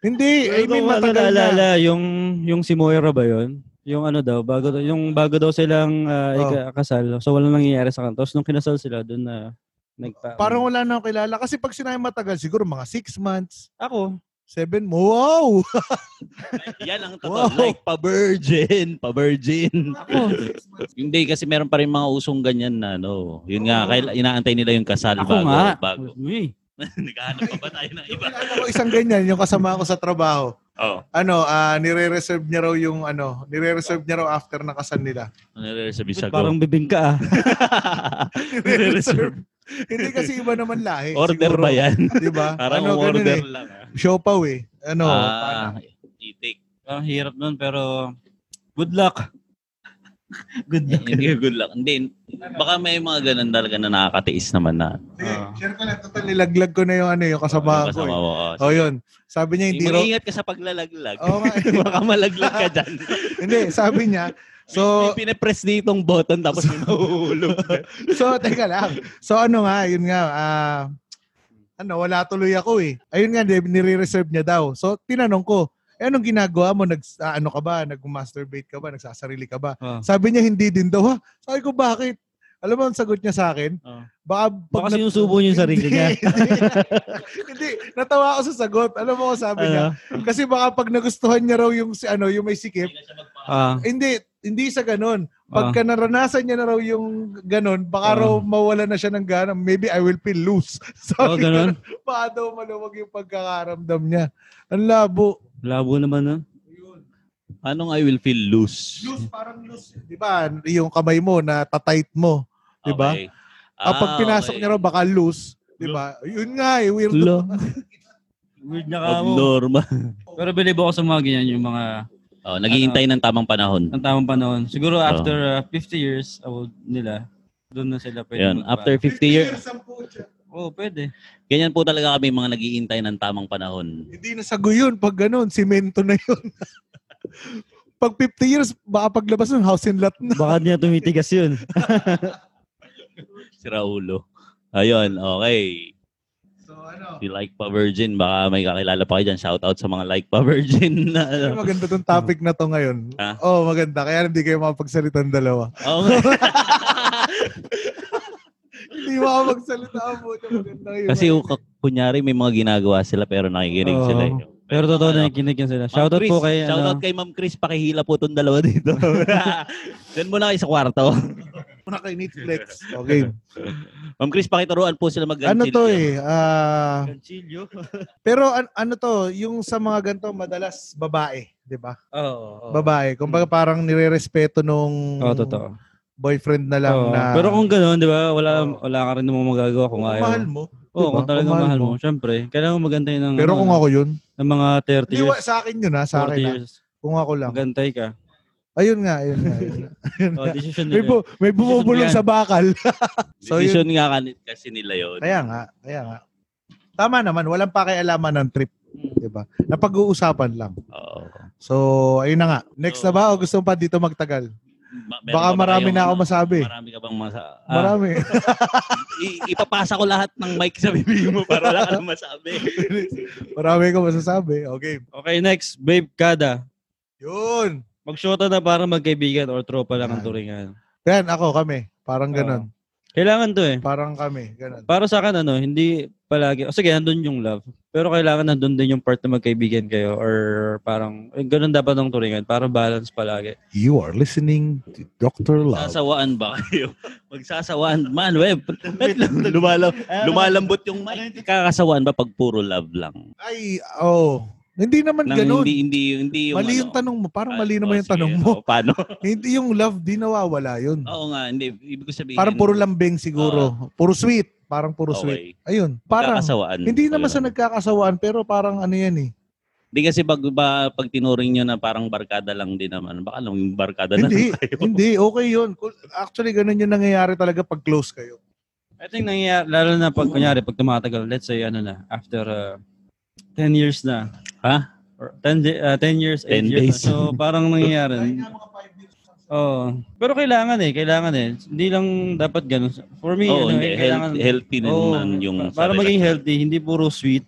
Speaker 1: Hindi, I mean, matagal
Speaker 3: ano,
Speaker 1: na.
Speaker 3: naalala, yung, yung si Moira ba yun? Yung ano daw, bago, yung bago daw silang ah,
Speaker 1: Oh.
Speaker 3: ika- kasal. So, walang nangyayari sa kanila. Tapos nung kinasal sila, dun na nagpa...
Speaker 1: Parang wala na akong kilala. Kasi pag sinabi matagal, siguro mga six months,
Speaker 3: Ako.
Speaker 1: seven, wow!
Speaker 2: Yan ang totoo.
Speaker 1: Wow.
Speaker 2: Like, pa-virgin. Pa-virgin. Hindi, kasi meron pa rin mga usong ganyan na ano. Yun nga,
Speaker 1: Oo.
Speaker 2: kaila, inaantay nila yung kasal
Speaker 3: Ako
Speaker 2: bago.
Speaker 3: nga.
Speaker 2: Bago. <laughs>
Speaker 3: Uy.
Speaker 2: Naghahanap pa ba tayo ng iba?
Speaker 1: Alam ko isang ganyan, yung kasama ko sa trabaho.
Speaker 2: Oo.
Speaker 1: Ano, ah nire-reserve niya raw yung ano, nire-reserve niya raw after nakasan nila.
Speaker 2: Ano nila sa Bisago?
Speaker 3: Parang bibing ka ah.
Speaker 2: <laughs> Nire-reserve.
Speaker 1: Hindi kasi iba naman lahi.
Speaker 2: <laughs> Order
Speaker 1: siguro,
Speaker 2: ba yan?
Speaker 1: Di ba?
Speaker 2: <laughs> Parang
Speaker 1: ano, ganun
Speaker 2: order
Speaker 1: eh.
Speaker 2: lang. ah.
Speaker 1: Siopaw eh. Ano,
Speaker 2: Ah, itik.
Speaker 3: Parang hirap nun, pero good luck. good
Speaker 2: Hindi, good luck. Hindi, baka may mga ganun talaga na nakakatiis naman na.
Speaker 1: Sige,
Speaker 3: Ah.
Speaker 1: share ko lang. Total, nilaglag ko na yung ano, yung kasama ko.
Speaker 2: Yung kasama
Speaker 1: Eh.
Speaker 2: mo. oo.
Speaker 1: Oh, yun. Sabi niya, hindi raw.
Speaker 2: Mag-ingat ka sa paglalaglag.
Speaker 1: <laughs> Oo nga eh.
Speaker 2: <laughs> Baka malaglag ka dyan.
Speaker 1: hindi, sabi niya. So,
Speaker 2: May pinapress ditong button tapos so, nahuhulog.
Speaker 1: so, teka lang. So, ano nga, yun nga, ah, ano, wala tuloy ako eh. Ayun nga, di- nire-reserve niya daw. So, tinanong ko, eh, anong ginagawa mo? Nag, ah, ano ka ba? Nag-masturbate ka ba? Nagsasarili ka ba?
Speaker 3: Ah.
Speaker 1: Sabi niya, hindi din daw ha. Sabi ko, bakit? Alam mo ang sagot niya sa akin?
Speaker 3: Ah.
Speaker 1: Baka, pag
Speaker 3: Baka sinusubo niya yung sarili
Speaker 1: Hindi,
Speaker 3: niya.
Speaker 1: <laughs> hindi. Hindi, natawa ako sa sagot. Alam mo kung sabi niya? Kasi baka pag nagustuhan niya raw yung, si- ano, yung may sikip,
Speaker 3: Ah.
Speaker 1: hindi, hindi sa ganun. Pagka naranasan niya na raw yung ganun, baka
Speaker 3: Ah.
Speaker 1: raw mawala na siya ng gana. Maybe I will feel loose. <laughs>
Speaker 3: Oh,
Speaker 1: Sabi
Speaker 3: ganun.
Speaker 1: ko, Baka daw maluwag yung pagkakaramdam niya. Ang labo.
Speaker 3: Labo naman ah. nun.
Speaker 2: <laughs> Anong I will feel loose?
Speaker 1: Loose, parang loose. Di ba? Yung kamay mo na tatight mo. Di ba?
Speaker 2: Okay.
Speaker 1: Ah, pag pinasok niya raw, baka loose. Di
Speaker 2: Lo-
Speaker 1: ba? Yun nga eh, weird. <laughs>
Speaker 3: Lo. Weird na ka mo.
Speaker 2: Abnormal.
Speaker 3: Pero believe ako sa mga ganyan, yung mga
Speaker 2: <laughs> Oh, naghihintay ng
Speaker 3: Ano?
Speaker 2: tamang panahon.
Speaker 3: ng tamang panahon. Siguro
Speaker 2: Oo.
Speaker 3: after uh, 50 years old nila, doon na sila pwede
Speaker 2: Yan,
Speaker 3: magpa-
Speaker 2: after 50
Speaker 3: <laughs>
Speaker 2: years,
Speaker 1: ang putya.
Speaker 3: Oo, pwede.
Speaker 2: ganyan po talaga kami mga naghihintay ng tamang panahon.
Speaker 1: Hindi na sago yun. Pag ganun, simento na yun. <laughs> pag 50 years, baka paglabas ng house and lot na.
Speaker 3: Baka niya tumitigas yun.
Speaker 2: Si Raulo. Ayun, okay.
Speaker 1: So ano?
Speaker 2: Si Like Pa Virgin, baka may kakilala pa kayo dyan. Shout out sa mga Like Pa Virgin <laughs> na ano.
Speaker 1: Ay, maganda tong topic na to ngayon.
Speaker 2: Ah?
Speaker 1: Oo, oh, maganda. Kaya hindi kayo makapagsalita ng dalawa.
Speaker 2: Oo nga.
Speaker 1: <laughs> hindi makapagsalita ang buta. Maganda yun.
Speaker 2: Kasi yung ka- kunyari may mga ginagawa sila pero nakikinig
Speaker 3: Oo.
Speaker 2: sila. eh.
Speaker 3: Pero totoo na
Speaker 2: Ano,
Speaker 3: nakikinig yan sila.
Speaker 2: Ma'am
Speaker 3: Shoutout
Speaker 2: Chris,
Speaker 3: po kay,
Speaker 2: Shoutout
Speaker 3: ano,
Speaker 2: kay Ma'am Chris, pakihila po itong dalawa
Speaker 1: <laughs>
Speaker 2: dito. <laughs> Diyan muna kayo sa kwarto. <laughs>
Speaker 1: Muna kay Netflix. Okay.
Speaker 2: Ma'am Chris, pakituruan po sila mag
Speaker 1: ano to eh? ah,
Speaker 3: Ganchillo.
Speaker 1: pero an- ano to? Yung sa mga ganito, madalas babae. di ba?
Speaker 3: Oo.
Speaker 1: Babae. Kung parang nire-respeto nung
Speaker 3: Oo, totoo.
Speaker 1: boyfriend na lang
Speaker 3: Oo.
Speaker 1: na
Speaker 3: Pero kung gano'n, di ba, wala,
Speaker 1: Oo.
Speaker 3: wala ka rin namang magagawa
Speaker 1: kung
Speaker 3: kung ayaw.
Speaker 1: mahal mo.
Speaker 3: Oo,
Speaker 1: diba?
Speaker 3: kung talagang
Speaker 1: Kung mahal
Speaker 3: mahal
Speaker 1: mo.
Speaker 3: mo. Siyempre, kailangan mo magantay ng,
Speaker 1: Pero kung ako yun,
Speaker 3: ng mga
Speaker 1: liwa,
Speaker 3: 30 Mm. years,
Speaker 1: sa akin yun ha, sa akin
Speaker 3: 40
Speaker 1: ah. ha.
Speaker 3: years.
Speaker 1: Kung ako lang.
Speaker 3: Magantay
Speaker 1: <laughs>
Speaker 3: ka.
Speaker 1: Ayun nga, ayun nga. Ayun nga. Ayun
Speaker 3: <laughs> Oh,
Speaker 1: nga.
Speaker 3: decision
Speaker 1: May,
Speaker 3: nila.
Speaker 1: bu- may bumubulong sa
Speaker 3: Decision
Speaker 1: bakal. So, yun-
Speaker 2: Decision nga kanit kasi nila yun.
Speaker 1: Kaya nga, kaya nga. Tama naman, walang pakialaman ng trip,
Speaker 2: Hmm.
Speaker 1: 'di ba? Napag-uusapan lang.
Speaker 2: Oo.
Speaker 1: So, ayun na nga. Next na ba o gusto mo pa dito magtagal?
Speaker 2: Ma- meron
Speaker 1: Baka
Speaker 2: pa ba
Speaker 1: marami
Speaker 2: kayong
Speaker 1: na ako
Speaker 2: ano?
Speaker 1: masabi.
Speaker 2: Marami ka bang masa- ah,
Speaker 1: Marami. <laughs>
Speaker 2: i- ipapasa ko lahat ng mic sa bibig mo para wala ka
Speaker 1: <laughs>
Speaker 2: nang masabi.
Speaker 1: Marami ko masasabi. Okay.
Speaker 3: Okay, next. Babe Kada.
Speaker 1: Yun.
Speaker 3: Magshota na para magkaibigan or tropa lang ang
Speaker 1: Yan.
Speaker 3: turingan.
Speaker 1: Yan ako kami. Parang ganun.
Speaker 3: Kailangan to eh.
Speaker 1: Parang kami, ganun.
Speaker 3: Para sa akin, ano, hindi palagi, o sige, nandun yung love. Pero kailangan nandun din yung part na magkaibigan kayo or parang, eh, ganun dapat ang turingan. Para balance palagi.
Speaker 4: You are listening to Dr. Love.
Speaker 2: Sasawaan ba kayo? Magsasawaan. Man, web. Wait
Speaker 1: <laughs>
Speaker 2: lang,
Speaker 1: Eh, ano
Speaker 2: lumalam, lumalambot yung mic. Kakasawaan ba pag puro love lang?
Speaker 1: Ay, oh. Hindi naman
Speaker 2: Nang
Speaker 1: ganun.
Speaker 2: hindi, hindi, hindi yung
Speaker 1: mali yung
Speaker 2: ano.
Speaker 1: tanong mo. Parang
Speaker 2: Ah,
Speaker 1: mali
Speaker 2: oh,
Speaker 1: naman yung
Speaker 2: sige,
Speaker 1: tanong mo.
Speaker 2: oh,
Speaker 1: <laughs>
Speaker 2: paano?
Speaker 1: Hindi yung love, di nawawala yun.
Speaker 2: Oo nga, hindi. Ibig ko sabihin.
Speaker 1: Parang puro lambing siguro. puro sweet. Parang puro sweet. Ayun. Parang,
Speaker 2: Kakasawaan.
Speaker 1: hindi naman sa nagkakasawaan, pero parang ano yan eh.
Speaker 2: Hindi kasi pag, ba, pag tinuring nyo na parang barkada lang din naman. Baka lang yung barkada na <laughs>
Speaker 1: Hindi,
Speaker 2: lang tayo.
Speaker 1: Hindi, okay yun. Cool. Actually, ganun yung nangyayari talaga pag close kayo.
Speaker 2: <laughs>
Speaker 3: I think nangyayari, lalo na pag kunyari, pag tumatagal, let's say, ano na, after uh, 10 years na.
Speaker 2: Ha?
Speaker 3: Or 10, di- uh, 10 years,
Speaker 2: 10
Speaker 3: 8 years
Speaker 2: days.
Speaker 3: na. So, parang nangyayari. Oo. Pero kailangan eh, kailangan eh. Hindi lang dapat ganun. For me,
Speaker 2: Oo,
Speaker 3: ano,
Speaker 2: hindi.
Speaker 3: eh, kailangan,
Speaker 2: Healthy, healthy din
Speaker 3: Oo,
Speaker 2: naman yung...
Speaker 3: pa-
Speaker 2: sa
Speaker 3: para maging
Speaker 2: relasyon.
Speaker 3: healthy, hindi puro sweet.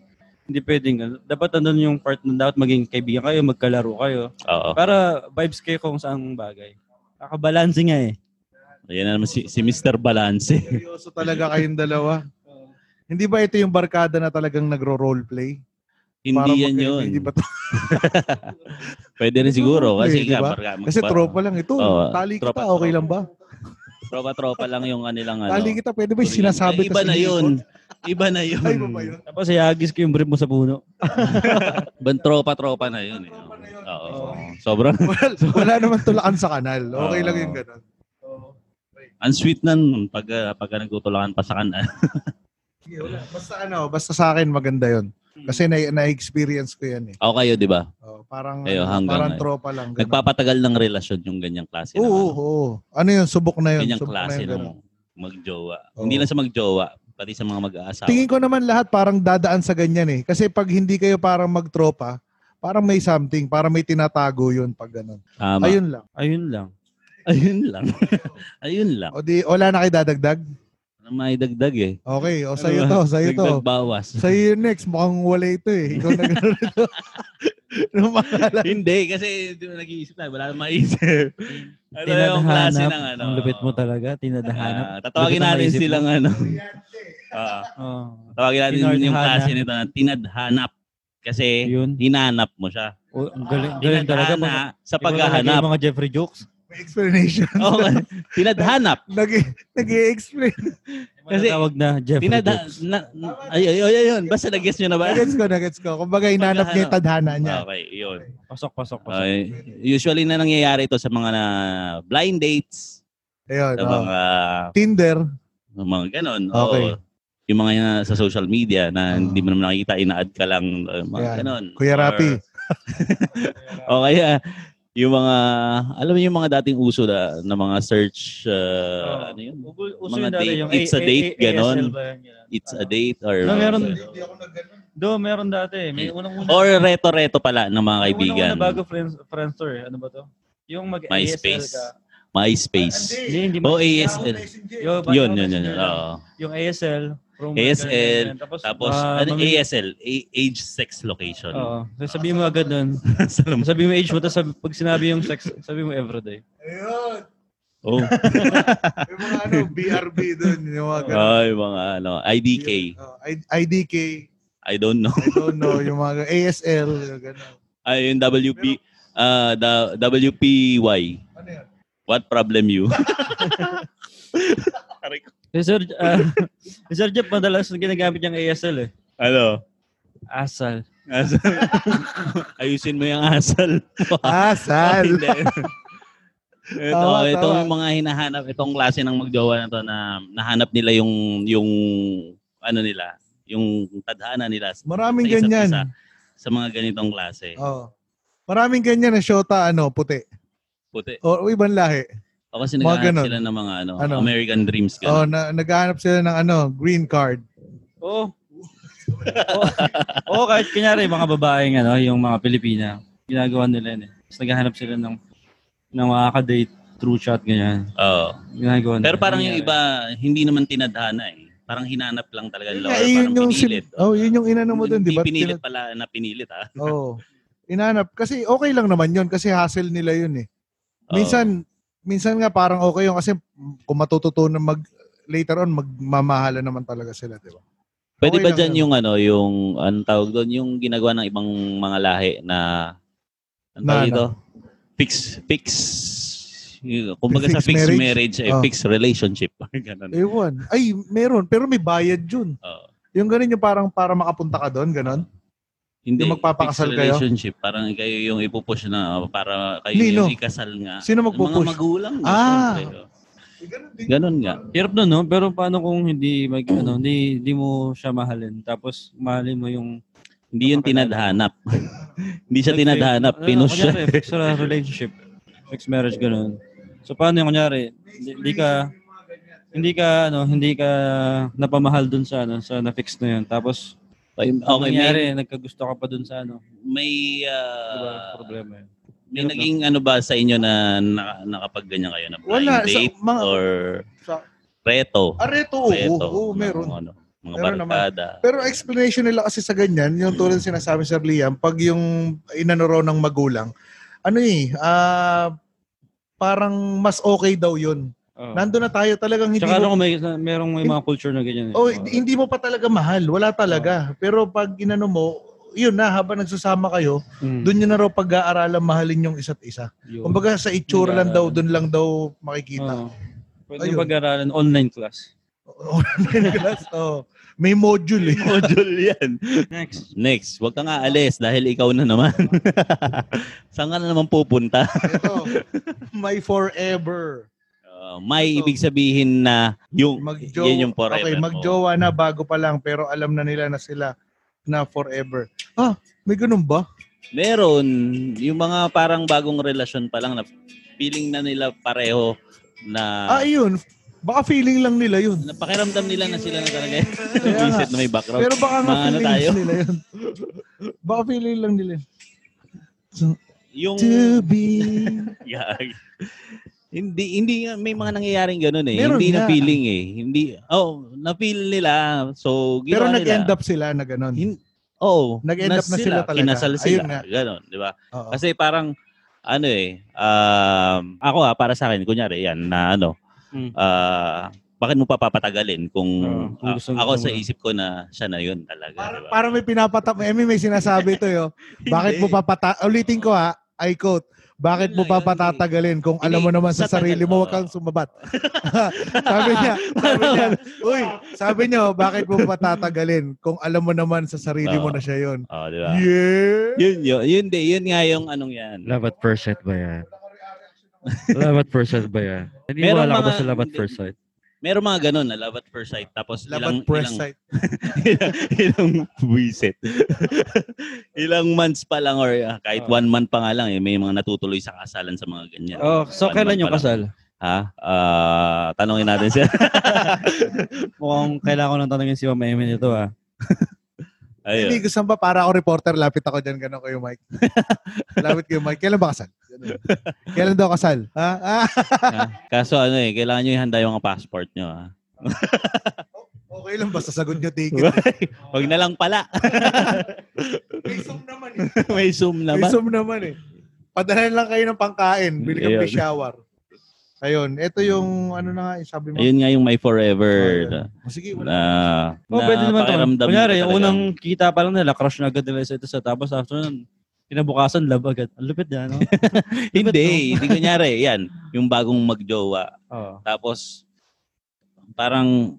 Speaker 3: Hindi pwedeng ganun. Dapat andun yung part na dapat maging kaibigan kayo, magkalaro kayo.
Speaker 2: Oo.
Speaker 3: Para vibes kayo kung saan bagay. Kakabalanse nga eh.
Speaker 2: Ayan na naman si, si Mr. Balance. <laughs>
Speaker 1: Seryoso talaga kayong dalawa. Hindi ba ito yung barkada na talagang nagro-roleplay?
Speaker 2: hindi yan yun.
Speaker 1: Hindi ba to?
Speaker 2: Pwede rin siguro.
Speaker 1: Eh,
Speaker 2: Kasi,
Speaker 1: di
Speaker 2: ka,
Speaker 1: ba?
Speaker 2: barka-
Speaker 1: Kasi
Speaker 2: ba-
Speaker 1: tropa lang ito.
Speaker 2: Oo,
Speaker 1: tali kita,
Speaker 2: tropa,
Speaker 1: okay
Speaker 2: tropa.
Speaker 1: lang ba?
Speaker 2: Tropa-tropa lang yung kanilang ano.
Speaker 1: Tali kita, pwede ba yung sinasabi
Speaker 2: Eh, Iba na yun. Iba na yun.
Speaker 1: Ay, ba ba yun? <laughs>
Speaker 3: Tapos iagis ko yung brief mo sa puno.
Speaker 2: Ibang tropa-tropa na yun. Eh.
Speaker 1: Tropa na yun.
Speaker 2: Oo. Sobrang
Speaker 1: Well, wala naman tulakan sa kanal. Okay
Speaker 2: Oo.
Speaker 1: lang yung ganun.
Speaker 2: ang sweet na nun pag, ah, pagka nagtutulakan pa sa kanan.
Speaker 1: Sige, wala. Basta ano, basta sa akin maganda yun. Kasi na, na-experience ko yan eh.
Speaker 2: <laughs> Ako kayo, di ba?
Speaker 1: Oh, parang
Speaker 2: Ayo,
Speaker 1: ano,
Speaker 2: hanggang
Speaker 1: parang
Speaker 2: ay-
Speaker 1: tropa lang. ganun.
Speaker 2: Nagpapatagal ng relasyon yung ganyang klase. ng
Speaker 1: Oo,
Speaker 2: ano.
Speaker 1: oo, oo. Ano yun? Subok na yun.
Speaker 2: Ganyang
Speaker 1: subok na
Speaker 2: klase
Speaker 1: yun, ganun.
Speaker 2: ng magjowa.
Speaker 1: Oo.
Speaker 2: Hindi lang sa magjowa, pati sa mga mag-aasawa.
Speaker 1: Tingin ko naman lahat parang dadaan sa ganyan eh. Kasi pag hindi kayo parang magtropa, parang may something, parang may tinatago yun pag ganun.
Speaker 2: Tama. Ayun.
Speaker 1: Ayun lang.
Speaker 3: Ayun
Speaker 2: lang.
Speaker 3: lang. <laughs>
Speaker 2: <laughs> Ayun lang.
Speaker 1: O di, wala na kayo dadagdag?
Speaker 2: Ano may dagdag eh.
Speaker 1: Okay, o
Speaker 3: Oh,
Speaker 1: sa'yo to, sa'yo to.
Speaker 2: Dagdag bawas. <laughs>
Speaker 1: Sa'yo yung next, mukhang wala ito eh. Ikaw na ganun ito. Ano Nung makala-
Speaker 2: Hindi, kasi di mo nag-iisip tayo. Wala nang
Speaker 3: <laughs>
Speaker 2: maisip. ano yung klase ng ano?
Speaker 3: Ang lupit mo talaga. Tinadahanap.
Speaker 2: Ah, tatawagin
Speaker 3: Lupit ang
Speaker 2: natin
Speaker 3: maisip
Speaker 2: silang ano. <laughs> Ah,
Speaker 3: Oh,
Speaker 2: tawagin natin
Speaker 3: Tinadhana.
Speaker 2: yung klase nito na tinadhanap. Kasi
Speaker 3: yun.
Speaker 2: hinanap mo siya.
Speaker 3: O, ang galing, galing talaga. Pag,
Speaker 2: Tinadhana sa
Speaker 3: pag
Speaker 2: paghahanap.
Speaker 3: mga Jeffrey jokes.
Speaker 1: May explanation.
Speaker 2: <laughs> Oo, tinadhanap.
Speaker 1: Nag- Nag-i-explain.
Speaker 2: Kasi-
Speaker 3: Kasi, tawag na Jeffrey
Speaker 2: Tinada,
Speaker 3: jokes.
Speaker 2: na, na- ay, ay, ay, ay, yun. Basta nag-guess nyo na ba?
Speaker 1: Nagets ko, nagets ko. Kumbaga, inanap niya yung tadhana niya.
Speaker 2: Okay, yun.
Speaker 3: Pasok, pasok, pasok.
Speaker 2: Okay. Ah, Usually na nangyayari ito sa mga na blind dates,
Speaker 1: Ayun,
Speaker 2: sa
Speaker 1: oh.
Speaker 2: mga,
Speaker 1: Tinder.
Speaker 2: sa mga ganon.
Speaker 1: Okay.
Speaker 2: Oo. Yung mga na, sa social media na
Speaker 1: Ah.
Speaker 2: hindi mo naman nakikita, ina-add ka lang, uh, mga
Speaker 1: Ayan.
Speaker 2: ganon.
Speaker 1: Kuya Rapi.
Speaker 2: O kaya, yung mga, alam mo yung mga dating uso na, na mga search,
Speaker 3: Ah.
Speaker 2: uh, ano yun?
Speaker 3: Uso
Speaker 2: Mga
Speaker 3: yun dati
Speaker 2: date.
Speaker 3: yung
Speaker 2: It's a date, ganon.
Speaker 3: ASL ba yan? Ganon.
Speaker 2: It's a
Speaker 3: Ano?
Speaker 2: date or...
Speaker 3: No, meron.
Speaker 1: ako nag
Speaker 3: Do, meron dati. May unang-una.
Speaker 2: Or reto-reto pala ng mga
Speaker 3: Yung
Speaker 2: Oh, kaibigan.
Speaker 3: Unang-una bago friends, friends to eh. Ano ba to? Yung mag-ASL
Speaker 2: MySpace.
Speaker 3: ka.
Speaker 2: MySpace.
Speaker 3: Hindi, Ah, hindi
Speaker 2: O
Speaker 3: mag-
Speaker 2: ASL.
Speaker 3: Yo, bago
Speaker 2: Yun, yun, yun. yun.
Speaker 3: messenger
Speaker 2: Oh.
Speaker 3: lang.
Speaker 2: Oo.
Speaker 3: Yung ASL. Roman,
Speaker 2: ASL,
Speaker 3: ganyan, ganyan. Tapos,
Speaker 2: Tapos,
Speaker 3: ah,
Speaker 2: ano,
Speaker 3: mamili-
Speaker 2: ASL, A- age, sex, location. <laughs>
Speaker 3: Oo. So, sabihin mo agad nun.
Speaker 2: Salam-
Speaker 3: Sabi mo age mo, tapos sabi- pag sinabi yung sex, sabi mo everyday.
Speaker 1: Ayun.
Speaker 2: oh.
Speaker 1: Yung mga ano, BRB doon. Yung mga <laughs> ganun.
Speaker 2: Ay, mga ano, IDK.
Speaker 1: Oh, I- IDK.
Speaker 2: I don't know. <laughs>
Speaker 1: I don't know. Yung mga ASL. yung Ganun.
Speaker 2: Ay, yung WP, ah, da- WPY.
Speaker 1: Ano yan?
Speaker 2: What
Speaker 1: <laughs>
Speaker 2: problem you?
Speaker 3: Eh, Sir, ah, eh, Sir Jeff, madalas ginagamit niyang ASL eh.
Speaker 2: ano?
Speaker 3: Asal.
Speaker 2: Asal. <laughs> Ayusin mo yung asal.
Speaker 1: <laughs>
Speaker 2: Ah,
Speaker 1: Ah,
Speaker 2: <laughs>
Speaker 1: Asal.
Speaker 2: Hindi. ito,
Speaker 1: Tama,
Speaker 2: ito
Speaker 1: tama.
Speaker 2: yung mga hinahanap, itong klase ng magjowa na to na nahanap nila yung, yung, ano nila, yung tadhana nila. sa-
Speaker 1: Maraming
Speaker 2: sa isa't
Speaker 1: ganyan.
Speaker 2: isa, sa mga ganitong klase.
Speaker 1: Oh. Maraming ganyan na shota, ano, puti.
Speaker 2: Puti.
Speaker 1: O ibang lahi.
Speaker 2: O kasi
Speaker 1: Mga
Speaker 2: naghahanap
Speaker 1: ganon.
Speaker 2: sila ng mga ano,
Speaker 1: Ano?
Speaker 2: American Dreams.
Speaker 1: Oh,
Speaker 2: Ganun.
Speaker 1: na, naghahanap sila ng ano, green card.
Speaker 3: Oo. Oo, Oo, Oh. kahit kunyari, mga babaeng ano, yung mga Pilipina, ginagawa nila yun eh. Tapos naghahanap sila ng, ng makaka-date through chat, ganyan.
Speaker 1: Ah.
Speaker 2: Oo.
Speaker 3: Ginagawa nila.
Speaker 2: Pero
Speaker 1: Ano
Speaker 2: parang yung
Speaker 3: Nangyari.
Speaker 2: iba, hindi naman tinadhana eh. Parang hinanap lang talaga nila.
Speaker 1: Yun nga, eh,
Speaker 2: or parang
Speaker 1: yun yung sin-
Speaker 2: pinilit.
Speaker 1: oh, yun yung inano mo doon, di ba?
Speaker 2: Pinilit pala na pinilit ah. <laughs>
Speaker 1: Oh. Inanap kasi okay lang naman 'yun kasi hassle nila 'yun eh.
Speaker 2: Oo.
Speaker 1: Minsan minsan nga parang okay 'yun kasi kung matututunan mag later on magmamahala naman talaga sila, di ba?
Speaker 2: Pwede
Speaker 1: okay
Speaker 2: ba
Speaker 1: lang
Speaker 2: dyan
Speaker 1: naman.
Speaker 2: yung ano, yung anong tawag doon, yung ginagawa ng ibang mga lahi na anong
Speaker 1: Na
Speaker 2: tawag
Speaker 1: ano?
Speaker 2: dito? Fix, fix, kumbaga sa
Speaker 1: Fix
Speaker 2: fixed
Speaker 1: marriage?
Speaker 2: marriage, eh,
Speaker 1: Oh.
Speaker 2: fixed relationship. <laughs> Ganun.
Speaker 1: Ewan. Ay, meron pero may bayad 'yun.
Speaker 2: Oo.
Speaker 1: Yung ganun yung parang para makapunta ka doon, ganun.
Speaker 2: Hindi.
Speaker 1: Yung magpapakasal
Speaker 2: fixed
Speaker 1: kayo?
Speaker 2: relationship. Parang kayo yung ipupush na oh, para kayo
Speaker 1: Nino?
Speaker 2: Ah, yung ikasal nga.
Speaker 1: Sino
Speaker 2: Mga
Speaker 1: magpupush?
Speaker 2: magulang. mo,
Speaker 1: Ah.
Speaker 2: syempre, oh. Ganun nga.
Speaker 3: Hirap nun, no? Pero paano kung hindi, mag, ano, hindi, hindi mo siya mahalin? Tapos, mahalin mo yung...
Speaker 2: Hindi yung
Speaker 1: <laughs>
Speaker 2: tinadhanap. Hindi siya
Speaker 3: Let's say,
Speaker 2: tinadhanap.
Speaker 3: ano,
Speaker 2: Pinush siya.
Speaker 3: Kunyari, fixed ra- relationship. Fixed marriage, ganun. So, paano yung kunyari? Hindi, hindi ka... Hindi ka, ano, hindi ka napamahal dun sa, ano, sa na-fix na yun. Tapos,
Speaker 2: Okay, may,
Speaker 3: nangyari, nagkagusto ka pa dun sa, ano,
Speaker 2: may,
Speaker 3: diba,
Speaker 2: ah,
Speaker 3: problema yun.
Speaker 2: may naging ano ba sa inyo na, na nakapagganyan kayo na blind
Speaker 1: Wala, sa
Speaker 2: date
Speaker 1: mga-
Speaker 2: or
Speaker 1: sa-
Speaker 2: reto?
Speaker 1: Areto, Ah, oo,
Speaker 2: reto.
Speaker 1: oo, meron.
Speaker 2: Mga, ano, mga
Speaker 1: Meron naman. <laughs>
Speaker 2: barkada.
Speaker 1: Pero explanation nila kasi sa ganyan, yung tulad ng sinasabi Sir Liam, pag yung inanoro ng magulang, ano eh, ah, parang mas okay daw yun.
Speaker 3: Oh.
Speaker 1: Nandun na tayo talagang hindi
Speaker 3: Tsaka ano
Speaker 1: mo,
Speaker 3: kung may, merong may mga culture na ganyan. eh.
Speaker 1: oh, hindi hindi mo pa talaga mahal, wala talaga. Pero pag inano mo, yun na, habang nagsasama kayo,
Speaker 3: Mm.
Speaker 1: doon yun na raw pag-aaralan mahalin yung isa't isa.
Speaker 3: Yun.
Speaker 1: Kumbaga sa itsura lang daw,
Speaker 3: Pag-aaralan.
Speaker 1: doon lang daw makikita.
Speaker 2: Ah.
Speaker 1: <laughs>
Speaker 3: Oo. Pwede
Speaker 1: Ayun.
Speaker 3: pag-aralan online class.
Speaker 1: Online class, oh. May module eh.
Speaker 2: Module yan.
Speaker 3: Next.
Speaker 2: Next, huwag kang aalis dahil ikaw na
Speaker 1: <laughs>
Speaker 2: naman. Saan ka na naman pupunta?
Speaker 1: Ito, my forever.
Speaker 2: Uh, may
Speaker 1: Ito.
Speaker 2: ibig sabihin na yung,
Speaker 1: Magjo-
Speaker 2: yan yung forever
Speaker 1: Okay,
Speaker 2: mo.
Speaker 1: magjowa na bago pa lang pero alam na nila na sila na forever. Ah, may ganun ba?
Speaker 2: Meron, yung mga parang bagong relasyon pa lang na feeling na nila pareho na
Speaker 1: Ah, yun. Baka feeling lang nila yun.
Speaker 2: napakiramdam nila na sila na talaga
Speaker 1: <laughs> Kaya nga.
Speaker 2: visit na may background.
Speaker 1: Pero baka nga
Speaker 2: Mga ano
Speaker 1: feeling
Speaker 2: tayo?
Speaker 1: nila yun. <laughs> baka feeling lang nila.
Speaker 2: <laughs>
Speaker 1: yun.
Speaker 2: Yung
Speaker 1: To be.
Speaker 2: Gag. hindi hindi nga- may mga nangyayaring ganun eh.
Speaker 1: Meron
Speaker 2: hindi na
Speaker 1: nga.
Speaker 2: feeling eh. Hindi oh, na feel nila. So
Speaker 1: Pero
Speaker 2: ginawa nila.
Speaker 1: nag-end up sila na ganun.
Speaker 2: Hin- Oo.
Speaker 1: Nag-end up na sila talaga.
Speaker 2: Kinasal sila.
Speaker 1: Ayun nga.
Speaker 2: Ganon, di ba?
Speaker 1: Oo.
Speaker 2: Kasi parang, ano eh, um, ako ah, para sa akin, kunyari yan, na ano,
Speaker 3: Mm.
Speaker 2: ah, bakit mo papapatagalin kung,
Speaker 3: Oo, kung
Speaker 2: ah,
Speaker 3: gusto-
Speaker 2: ako
Speaker 3: gusto
Speaker 2: sa
Speaker 3: mo na.
Speaker 2: isip ko na siya na yun talaga. diba?
Speaker 1: Parang,
Speaker 2: di ba?
Speaker 1: parang may pinapatap. Emi, may sinasabi to
Speaker 2: <laughs>
Speaker 1: yo. Bakit mo
Speaker 2: Hindi.
Speaker 1: papata... Ulitin ko ha. I quote. Bakit
Speaker 2: Yun
Speaker 1: mo
Speaker 2: lang yun,
Speaker 1: papatatagalin kung alam mo
Speaker 2: Hindi,
Speaker 1: naman sa
Speaker 2: sa tagal,
Speaker 1: sarili mo
Speaker 2: oo.
Speaker 1: wag kang
Speaker 2: <laughs>
Speaker 1: sumabat? sabi niya, sabi niya, <laughs> uy, sabi niya, bakit mo patatagalin kung alam mo naman sa sarili mo
Speaker 2: Oo.
Speaker 1: na siya yun?
Speaker 2: Oo, di ba?
Speaker 1: Yeah!
Speaker 2: Oh, diba? Yun, yun, yun, di, yun nga yung anong yan.
Speaker 5: Love at first sight ba yan? love at first sight ba yan?
Speaker 2: Merong
Speaker 5: Naniniwala ka ba
Speaker 2: mga-
Speaker 5: sa love at
Speaker 2: hindi.
Speaker 5: first sight?
Speaker 2: Meron mga ganun na love at first sight tapos
Speaker 1: Laban
Speaker 2: ilang,
Speaker 1: press
Speaker 2: ilang,
Speaker 1: site.
Speaker 2: ilang, <laughs> ilang buwisit. <laughs> ilang months pa lang or ah, kahit
Speaker 3: Oo.
Speaker 2: one month pa nga lang eh, may mga natutuloy sa kasalan sa mga ganyan.
Speaker 3: Oh, so
Speaker 2: One month
Speaker 3: kailan yung
Speaker 2: pa lang.
Speaker 3: kasal?
Speaker 2: Ha? Ah, tanongin natin siya.
Speaker 3: Mukhang kailangan ko nang tanongin si Mama Emin ito ah.
Speaker 1: Hindi,
Speaker 2: Ayun.
Speaker 1: gusto mo ba? Para ako reporter, lapit ako dyan, ganun kayo, Mike. <laughs> lapit kayo, Mike. Kailan ba kasal? Ganun. Kailan daw kasal? Ha? Ah,
Speaker 2: Ha? Kaso ano eh, kailangan nyo ihanda yung mga passport nyo. ah. Ha?
Speaker 1: okay lang ba? Sasagot niyo
Speaker 2: <laughs>
Speaker 1: ticket.
Speaker 2: Huwag na lang pala. <laughs>
Speaker 1: May Zoom naman eh.
Speaker 2: May Zoom
Speaker 1: May
Speaker 2: naman.
Speaker 1: Zoom naman eh. Padala lang kayo ng pangkain. Bili kang
Speaker 2: Ayun.
Speaker 1: fish shower. Ayun. Ito yung, ano na nga, eh, sabi mo.
Speaker 2: Ayun nga yung my forever. Na,
Speaker 1: Oh, Sige,
Speaker 2: na,
Speaker 1: wala.
Speaker 3: Oh, pwede naman ito.
Speaker 2: pakiramdam
Speaker 3: Kunyari,
Speaker 2: nyo
Speaker 3: yung
Speaker 2: talagang-
Speaker 3: unang kita pa lang nila, crush na agad nila sa ito sa tapos after nun, kinabukasan love agad. Ang lupit na, no?
Speaker 2: <laughs> Hindi, hindi kunyari. Yan, yung bagong magjowa.
Speaker 3: Oo.
Speaker 2: Tapos, parang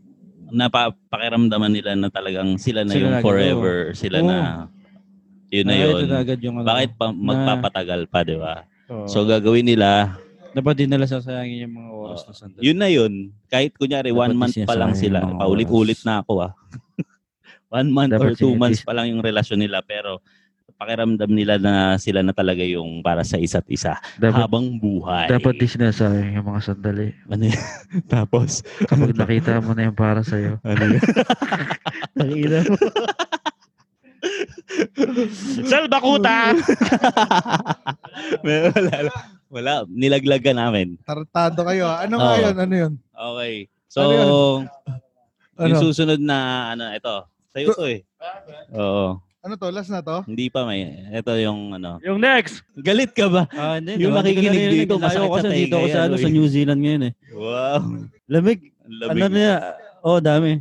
Speaker 2: napapakiramdaman nila na talagang sila na
Speaker 3: Sila
Speaker 2: yung
Speaker 3: na agad,
Speaker 2: forever. Sila
Speaker 3: Oo.
Speaker 2: na, yun na yun.
Speaker 3: Ito na Oh. agad yung ano.
Speaker 2: Bakit pa, magpapatagal pa, di ba? So,
Speaker 3: So,
Speaker 2: gagawin nila,
Speaker 3: dapat din nila sasayangin yung mga oras na sandali.
Speaker 2: yun na yun. Kahit kunyari, one
Speaker 5: Dapat
Speaker 2: month pa lang
Speaker 5: isinasayang
Speaker 2: sila.
Speaker 5: yung mga
Speaker 2: Paulit-ulit
Speaker 5: oras.
Speaker 2: na ako, ah. <laughs> one month
Speaker 5: Dapat
Speaker 2: or two
Speaker 5: sinis-
Speaker 2: months pa lang yung relasyon nila. Pero, pakiramdam nila na sila na talaga yung para sa isa't isa.
Speaker 5: Dapat,
Speaker 2: habang buhay.
Speaker 5: dapat di sinasabi yung mga sandali.
Speaker 2: Ano yun? <laughs> Tapos,
Speaker 3: <laughs>
Speaker 5: Kapag nakita mo na yung para sa'yo.
Speaker 2: ano yun?
Speaker 5: Pangina mo.
Speaker 2: Salbakuta! wala, <laughs> wala, wala. Nilaglagan namin.
Speaker 1: Tartado kayo. ah. Ano nga
Speaker 2: Oo.
Speaker 1: yun? Ano yun?
Speaker 2: Okay.
Speaker 1: Ano
Speaker 2: So,
Speaker 1: Ano?
Speaker 2: yung susunod na, ano, ito. Sa'yo to eh. Oo.
Speaker 1: Ano to? Last na to?
Speaker 2: Hindi pa may. Ito yung ano.
Speaker 5: Yung next!
Speaker 2: Galit ka ba?
Speaker 3: Ah, hindi.
Speaker 2: Yung
Speaker 3: naman,
Speaker 2: nakikinig
Speaker 3: hindi ko narinig.
Speaker 2: dito,
Speaker 3: Layo
Speaker 2: masakit
Speaker 3: ko
Speaker 2: sa
Speaker 3: kasi dito
Speaker 2: tenga
Speaker 3: ako sa,
Speaker 2: yan,
Speaker 3: ano,
Speaker 2: oy.
Speaker 3: sa New Zealand ngayon eh.
Speaker 2: Wow.
Speaker 3: Lamig.
Speaker 2: Ang
Speaker 3: Ano
Speaker 2: Lamig.
Speaker 3: niya? Oh, dami.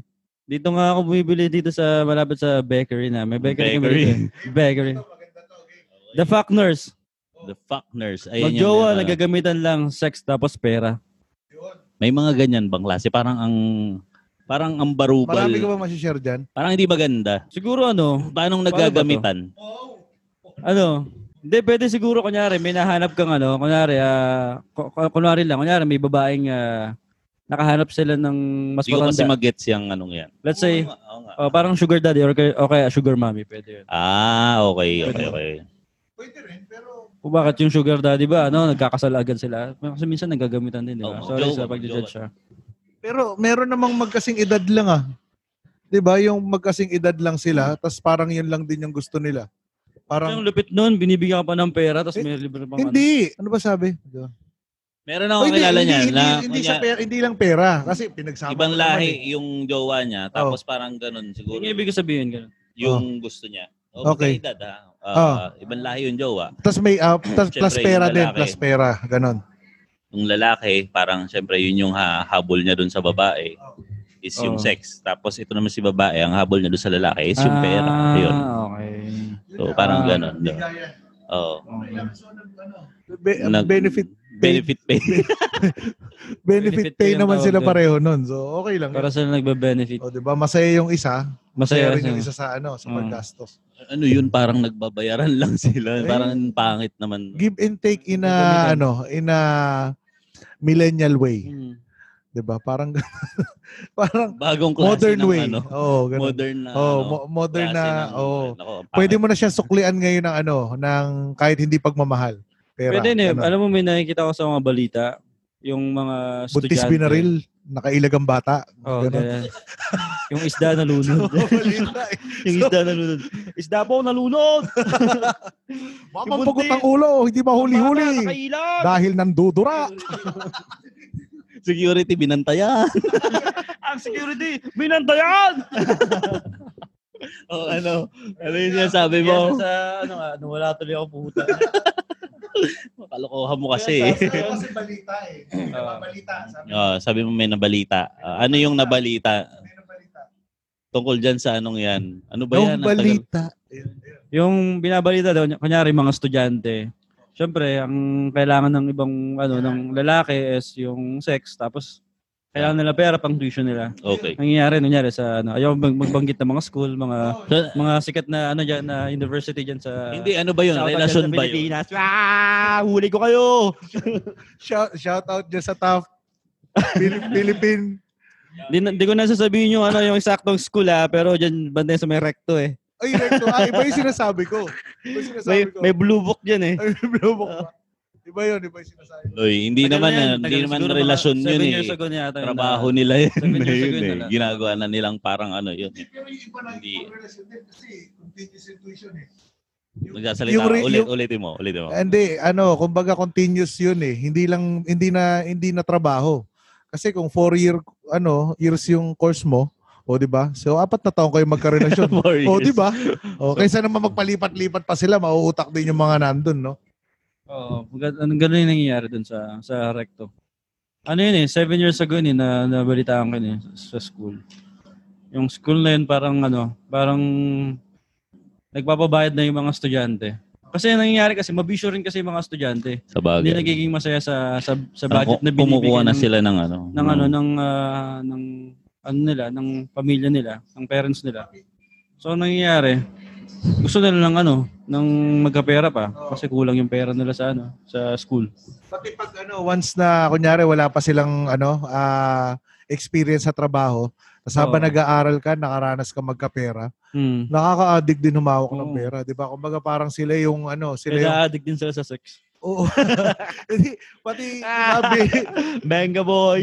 Speaker 3: Dito nga ako bumibili dito sa malapit sa bakery na. May bakery, kami
Speaker 2: Bakery.
Speaker 3: dito. eh. Bakery. The Faulkners.
Speaker 2: The fuck nurse. Ayun
Speaker 3: Magjowa,
Speaker 2: yung- ano.
Speaker 3: nagagamitan lang sex tapos pera.
Speaker 2: May mga ganyan bang klase? Parang ang Parang ang barubal.
Speaker 1: Marami ka ba masishare dyan?
Speaker 2: Parang hindi maganda.
Speaker 3: Siguro ano,
Speaker 2: Paanong
Speaker 3: ba to?
Speaker 2: nagagamitan?
Speaker 3: ano, hindi, pwede siguro, kunyari, may nahanap kang ano, kunyari, ah, ku- ku- kunwari lang, kunyari, may babaeng ah, nakahanap sila ng mas
Speaker 2: Hindi ko kasi
Speaker 3: matanda.
Speaker 2: magets yung anong yan.
Speaker 3: Let's say,
Speaker 2: Oo nga, oo nga.
Speaker 3: oh, parang sugar daddy or kaya okay, sugar mommy, pwede yun.
Speaker 2: Ah, okay, okay, okay.
Speaker 1: Pwede rin, pero...
Speaker 3: O bakit yung sugar daddy ba, ano, nagkakasal agad sila? Kasi minsan nagagamitan din, di ba?
Speaker 2: Oo,
Speaker 3: Sorry
Speaker 2: jowa,
Speaker 3: sa ah. pag-judge
Speaker 2: jowa.
Speaker 3: siya.
Speaker 1: Pero meron namang magkasing edad lang ah. 'Di ba Yung magkasing edad lang sila, tas parang yun lang din yung gusto nila. Parang, Eh,
Speaker 3: Ang lupit nun, binibigyan ka pa ng pera, tapos may libre pang ano.
Speaker 1: hindi! Ano ba sabi? Di ba?
Speaker 2: Meron
Speaker 1: Oh,
Speaker 2: akong
Speaker 1: hindi,
Speaker 2: kilala
Speaker 1: hindi,
Speaker 2: niyan
Speaker 1: hindi,
Speaker 2: na
Speaker 1: hindi,
Speaker 2: kunya-
Speaker 1: sa pera, hindi lang pera. Kasi pinagsama.
Speaker 2: ibang
Speaker 1: ko naman Oh.
Speaker 2: lahi
Speaker 1: eh.
Speaker 2: yung jowa niya. Tapos parang ganun siguro
Speaker 3: Yung ibig sabihin, ganun.
Speaker 2: yung gusto niya.
Speaker 1: Oh.
Speaker 2: O,
Speaker 1: Okay.
Speaker 2: magkaedad, ha? Ah,
Speaker 1: Oh.
Speaker 2: Ibang lahi yung jowa.
Speaker 1: Tas may up, tas
Speaker 2: Siyempre,
Speaker 1: plus pera
Speaker 2: yung
Speaker 1: din,
Speaker 2: lalaki.
Speaker 1: plus pera. Ganon.
Speaker 2: Yung lalaki, parang syempre yun yung ha- habol niya dun sa babae is yung
Speaker 3: Oh.
Speaker 2: sex. Tapos ito naman si babae, ang habol niya dun sa lalaki is yung pera. Ayun.
Speaker 3: Ah, okay.
Speaker 2: So parang
Speaker 3: Ah.
Speaker 2: ganun. no? Oo.
Speaker 3: okay.
Speaker 1: Be-
Speaker 2: Nag-
Speaker 1: benefit,
Speaker 2: Benefit pay.
Speaker 1: benefit
Speaker 3: benefit
Speaker 1: pay
Speaker 3: pay ang
Speaker 1: naman
Speaker 3: tawag
Speaker 1: sila
Speaker 3: doon.
Speaker 1: pareho nun. So, okay lang.
Speaker 3: Para sila nagbe-benefit.
Speaker 1: O, di ba? Masaya yung isa. Masaya
Speaker 3: Masaya
Speaker 1: rin yung isa
Speaker 3: siya.
Speaker 1: sa ano, sa
Speaker 3: Mm.
Speaker 1: paggastos.
Speaker 2: ano yun, parang nagbabayaran lang sila.
Speaker 1: Eh.
Speaker 2: Parang pangit naman.
Speaker 1: Give and take in
Speaker 3: Gagamitan.
Speaker 1: a, ano, in a millennial way.
Speaker 3: Hmm.
Speaker 1: Di ba? Parang, <laughs> parang
Speaker 2: Bagong klase
Speaker 1: modern
Speaker 2: ng
Speaker 1: way.
Speaker 2: ano.
Speaker 1: Oo, ganun.
Speaker 2: Modern na.
Speaker 1: Oo,
Speaker 2: ano,
Speaker 1: mo- modern
Speaker 2: klase
Speaker 1: na,
Speaker 2: ng- ano.
Speaker 1: oo.
Speaker 2: Nako, ang pangit.
Speaker 1: Pwede mo na siya suklian ngayon ng ano, ng kahit hindi pagmamahal. Pera.
Speaker 3: Pwede na.
Speaker 1: ganun.
Speaker 3: Alam mo, may nakikita ko sa mga balita, yung mga estudyante.
Speaker 1: Buntis binaril, nakailag ang bata. <laughs>
Speaker 3: Oh,
Speaker 1: Ganun.
Speaker 3: ganun. yung isda nalunod.
Speaker 1: <laughs> Balita eh.
Speaker 3: yung isda nalunod. Isda po nalunod!
Speaker 1: Mamamagot ang ulo, oh, hindi mahuli-huli.
Speaker 3: Nakailag!
Speaker 1: Dahil nandudura.
Speaker 2: Security,
Speaker 1: <laughs>
Speaker 2: binantayan.
Speaker 3: Ang security! Binantayan!
Speaker 1: Oh,
Speaker 2: o ano, ano yung sinasabi mo?
Speaker 3: Sa, ano nga, nawala tuloy ako puta.
Speaker 2: Kalokohan mo kasi. eh.
Speaker 1: kasi balita eh. Balita.
Speaker 2: oh, sabi mo may nabalita. Ah, ano yung nabalita? Tungkol dyan sa anong yan? Ano ba yan?
Speaker 1: Yung
Speaker 2: Ang tagal-
Speaker 1: balita.
Speaker 3: yung binabalita daw, kunyari mga estudyante, Siyempre, ang kailangan ng ibang ano ng lalaki is yung sex tapos kailangan nila pera pang tuition nila.
Speaker 2: Okay.
Speaker 3: nangyayari nangyari sa ano, ayaw mag- magbanggit ng mga school, mga
Speaker 2: So,
Speaker 3: mga sikat na ano diyan na university diyan sa
Speaker 2: hindi, ano ba yun?
Speaker 3: Shoutout dyan
Speaker 2: Relasyon
Speaker 3: sa
Speaker 2: ba yun?
Speaker 3: Pilipinas. Ah, huli ko kayo.
Speaker 1: Shout, shout out dyan sa Taft. Pil- Philippine.
Speaker 3: Hindi na- hindi ko na sasabihin yung ano yung eksaktong school ah, pero diyan banda sa may recto eh.
Speaker 1: Ay, recto. Ay, iba yung sinasabi ko. Iba yung sinasabi
Speaker 3: May,
Speaker 1: ko.
Speaker 3: may blue book diyan eh.
Speaker 1: Ay, blubok pa. Iba yun, iba yung sinasabi ko.
Speaker 2: Oy, hindi
Speaker 3: Tagal
Speaker 2: naman,
Speaker 3: na yan,
Speaker 2: ah, hindi
Speaker 3: tagal.
Speaker 2: naman
Speaker 3: Siguro mga
Speaker 2: relasyon yun
Speaker 3: seven
Speaker 2: eh.
Speaker 3: years ago na yata yun ah.
Speaker 2: Trabaho
Speaker 3: na-
Speaker 2: nila yun.
Speaker 3: Seven years ago
Speaker 2: Yun,
Speaker 3: yun
Speaker 2: eh.
Speaker 3: na-
Speaker 2: Ginagawa na nilang parang ano yun. eh.
Speaker 1: Pero yung iba na
Speaker 2: Hindi.
Speaker 1: yung relasyon din kasi continuous intuition eh.
Speaker 2: Nagsasalita
Speaker 1: Yung
Speaker 2: ka.
Speaker 1: re-
Speaker 2: Ulit,
Speaker 1: yung-
Speaker 2: ulitin mo. Ulitin mo.
Speaker 1: Hindi, ano, kumbaga continuous yun eh. Hindi lang, hindi na, hindi na trabaho. Kasi kung four year, ano, years yung course mo, o di ba? So apat na taon kayo
Speaker 3: <laughs>
Speaker 1: magkarelasyon.
Speaker 2: <laughs> Four
Speaker 1: o
Speaker 2: years.
Speaker 1: Oh, di ba? O kaysa naman magpalipat-lipat pa sila, mauutak din yung mga nandun, no?
Speaker 3: Oo, mag- ano ganun yung nangyayari dun sa sa recto. Ano yun eh, seven years ago yun eh, na nabalitaan ko yun eh, sa school. Yung school na yun parang ano, parang nagpapabayad na yung mga estudyante. Kasi ang nangyayari kasi, mabisyo rin kasi yung mga estudyante.
Speaker 2: Sa bagay.
Speaker 3: Hindi nagiging masaya sa sa, sa
Speaker 2: Parang
Speaker 3: budget
Speaker 2: ku-
Speaker 3: na binibigay.
Speaker 2: Ano, Kumukuha na
Speaker 3: ng-
Speaker 2: sila ng ano.
Speaker 3: ng ano ng ah, ng ano nila ng pamilya nila ng parents nila so ang nangyayari gusto nila ng ano ng magkapera pa kasi kulang yung pera nila sa ano sa school
Speaker 1: Pati pag ano, once na kunyari wala pa silang ano, ah, experience sa trabaho, tapos habang
Speaker 3: Oo.
Speaker 1: nag-aaral ka, nakaranas ka magkapera,
Speaker 3: hmm.
Speaker 1: nakaka-addict din humawak ng
Speaker 3: Oo.
Speaker 1: pera, 'di ba? Kumbaga parang sila yung ano, sila yung
Speaker 3: kaya addict din sila sa sex
Speaker 1: Oo. <laughs> Hindi, pati
Speaker 2: Ah.
Speaker 1: sabi,
Speaker 3: benga boy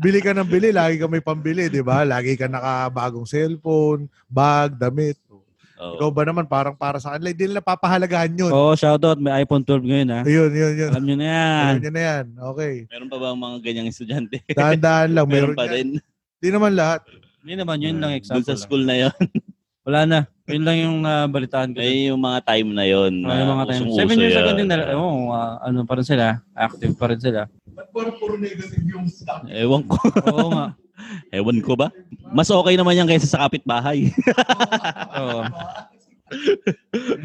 Speaker 1: bili ka ng bili, lagi ka may pambili, 'di ba? Lagi ka nakabagong cellphone, bag, damit.
Speaker 2: Oo.
Speaker 1: Ikaw ba naman parang para sa kanila, hindi nila papahalagahan 'yun.
Speaker 3: oh shout out may iPhone 12 ngayon ha
Speaker 1: Ayun, 'yun, 'yun.
Speaker 3: alam nyo na yan
Speaker 1: Alam niyo na 'yan.
Speaker 2: <laughs>
Speaker 1: Okay.
Speaker 2: Meron pa ba mga ganyang estudyante?
Speaker 1: <laughs> Dahan-dahan lang, meron
Speaker 2: <laughs> Meron pa
Speaker 1: yan.
Speaker 2: din.
Speaker 1: Di naman lahat.
Speaker 3: hindi naman yun lang
Speaker 2: Doon
Speaker 3: example
Speaker 2: sa
Speaker 3: lang.
Speaker 2: school na yun.
Speaker 3: wala na yun lang yung nabalitaan ko
Speaker 2: May yung mga time na yun.
Speaker 3: Ano yung mga time? Seven years ago din nila. Oo, ah, ano pa rin sila. Active pa rin sila.
Speaker 2: Ewan ko. <laughs>
Speaker 3: Oo nga.
Speaker 2: Ewan ko ba? Mas okay naman yan kaysa sa kapitbahay.
Speaker 3: Oo.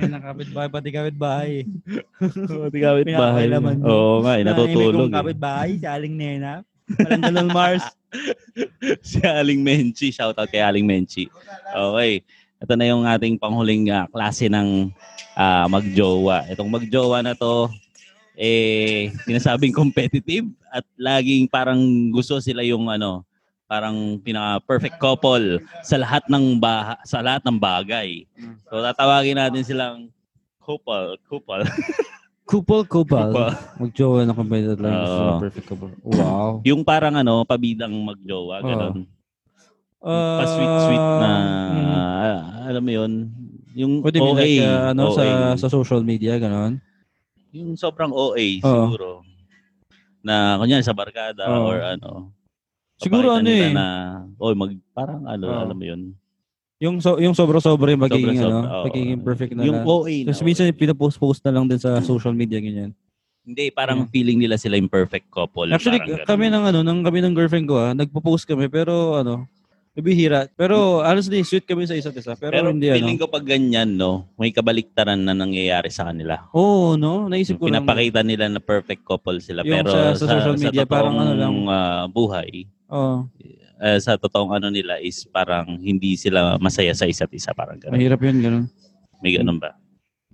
Speaker 3: Yan ang kapitbahay, pati kapitbahay.
Speaker 2: Pati
Speaker 3: Pinapakailaman.
Speaker 2: Oo nga, eh, natutulog.
Speaker 3: Nanay, may kong kapitbahay, si Aling Nena. Walang ganun Mars.
Speaker 2: si Aling Menchi. Shoutout kay Aling Menchi. Okay. Ito na yung ating panghuling ah, klase ng ah, magjowa. Itong magjowa na to, eh, sinasabing competitive at laging parang gusto sila yung ano, parang pinaka perfect couple sa lahat ng bah- sa lahat ng bagay. So tatawagin natin silang couple, couple.
Speaker 3: Kupal, kupal.
Speaker 2: Couple.
Speaker 3: Magjowa na competitive lang. Gusto
Speaker 2: Oo.
Speaker 3: ng perfect couple. Wow.
Speaker 2: <laughs> Yung parang ano, pabidang magjowa,
Speaker 3: Oo.
Speaker 2: ganun.
Speaker 3: Uh,
Speaker 2: Pa-sweet-sweet na,
Speaker 3: mm.
Speaker 2: ah, alam mo yun, yung
Speaker 3: What do you
Speaker 2: OA.
Speaker 3: mean, like, uh, ano,
Speaker 2: OA.
Speaker 3: sa, sa social media, ganon?
Speaker 2: yung sobrang OA,
Speaker 3: Oo.
Speaker 2: siguro. Na, kunyari, sa barkada
Speaker 3: Oo.
Speaker 2: or ano.
Speaker 3: Siguro
Speaker 2: papakita
Speaker 3: ano
Speaker 2: nila
Speaker 3: eh.
Speaker 2: Na, oh, mag, parang ano,
Speaker 3: Oo.
Speaker 2: alam mo yun.
Speaker 3: Yung, so, yung sobra-sobra yung pagiging,
Speaker 2: Sobra-sobra,
Speaker 3: ano,
Speaker 2: oo.
Speaker 3: pagiging perfect na
Speaker 2: yung
Speaker 3: lang.
Speaker 2: OA na.
Speaker 3: Tapos minsan
Speaker 2: OA.
Speaker 3: pinapost-post na lang din sa social media, ganyan.
Speaker 2: Hindi, parang feeling nila sila yung perfect couple.
Speaker 3: Actually,
Speaker 2: parang ganun.
Speaker 3: kami ng ano, ng kami ng girlfriend ko, ah, nagpo-post kami pero ano, nabihira. Pero honestly, sweet kami sa isa't isa. Pero,
Speaker 2: Pero
Speaker 3: hindi
Speaker 2: feeling
Speaker 3: ano.
Speaker 2: ko pag ganyan, no, may kabaliktaran na nangyayari sa kanila.
Speaker 3: Oo, no, naisip ko lang.
Speaker 2: Pinapakita nila na perfect couple sila.
Speaker 3: Yung
Speaker 2: pero
Speaker 3: sa- sa social media, parang ano lang.
Speaker 2: totoong, ah, buhay,
Speaker 3: Oo,
Speaker 2: eh, sa totoong ano nila is parang hindi sila masaya sa isa't isa. Parang ganun.
Speaker 3: mahirap 'yun, ganun.
Speaker 2: May ganun ba?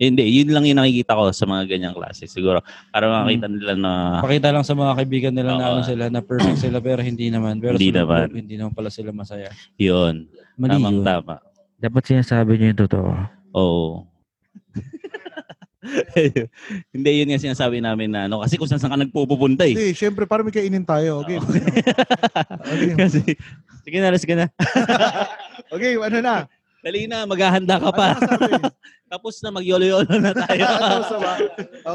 Speaker 2: Hindi, yun lang yung nakikita ko sa mga ganyang klase. Siguro, para makita
Speaker 3: Mm.
Speaker 2: nila na
Speaker 3: Pakita lang sa mga kaibigan nila na
Speaker 2: Oo.
Speaker 3: ano sila, na perfect sila pero hindi naman. Pero
Speaker 2: Hindi
Speaker 3: sa loob,
Speaker 2: naman.
Speaker 3: hindi naman pala sila masaya.
Speaker 2: yun.
Speaker 3: Mali yun.
Speaker 2: Tamang-tama.
Speaker 5: Dapat sinasabi niyo yung totoo.
Speaker 3: <laughs>
Speaker 2: Oo. Hindi, yun nga sinasabi namin na ano. Kasi kung saan saan ka nagpupunta eh.
Speaker 1: Hindi, syempre, para may kainin tayo. Okay. okay.
Speaker 2: <laughs> kasi,
Speaker 3: Sige na, sige na.
Speaker 1: Okay, ano
Speaker 2: <laughs>
Speaker 1: na?
Speaker 2: dali na, maghahanda ka pa.
Speaker 1: Ano nasabi?
Speaker 2: Tapos na, magyolo-yolo na
Speaker 3: <laughs>
Speaker 2: tayo.
Speaker 1: Tapos na ba?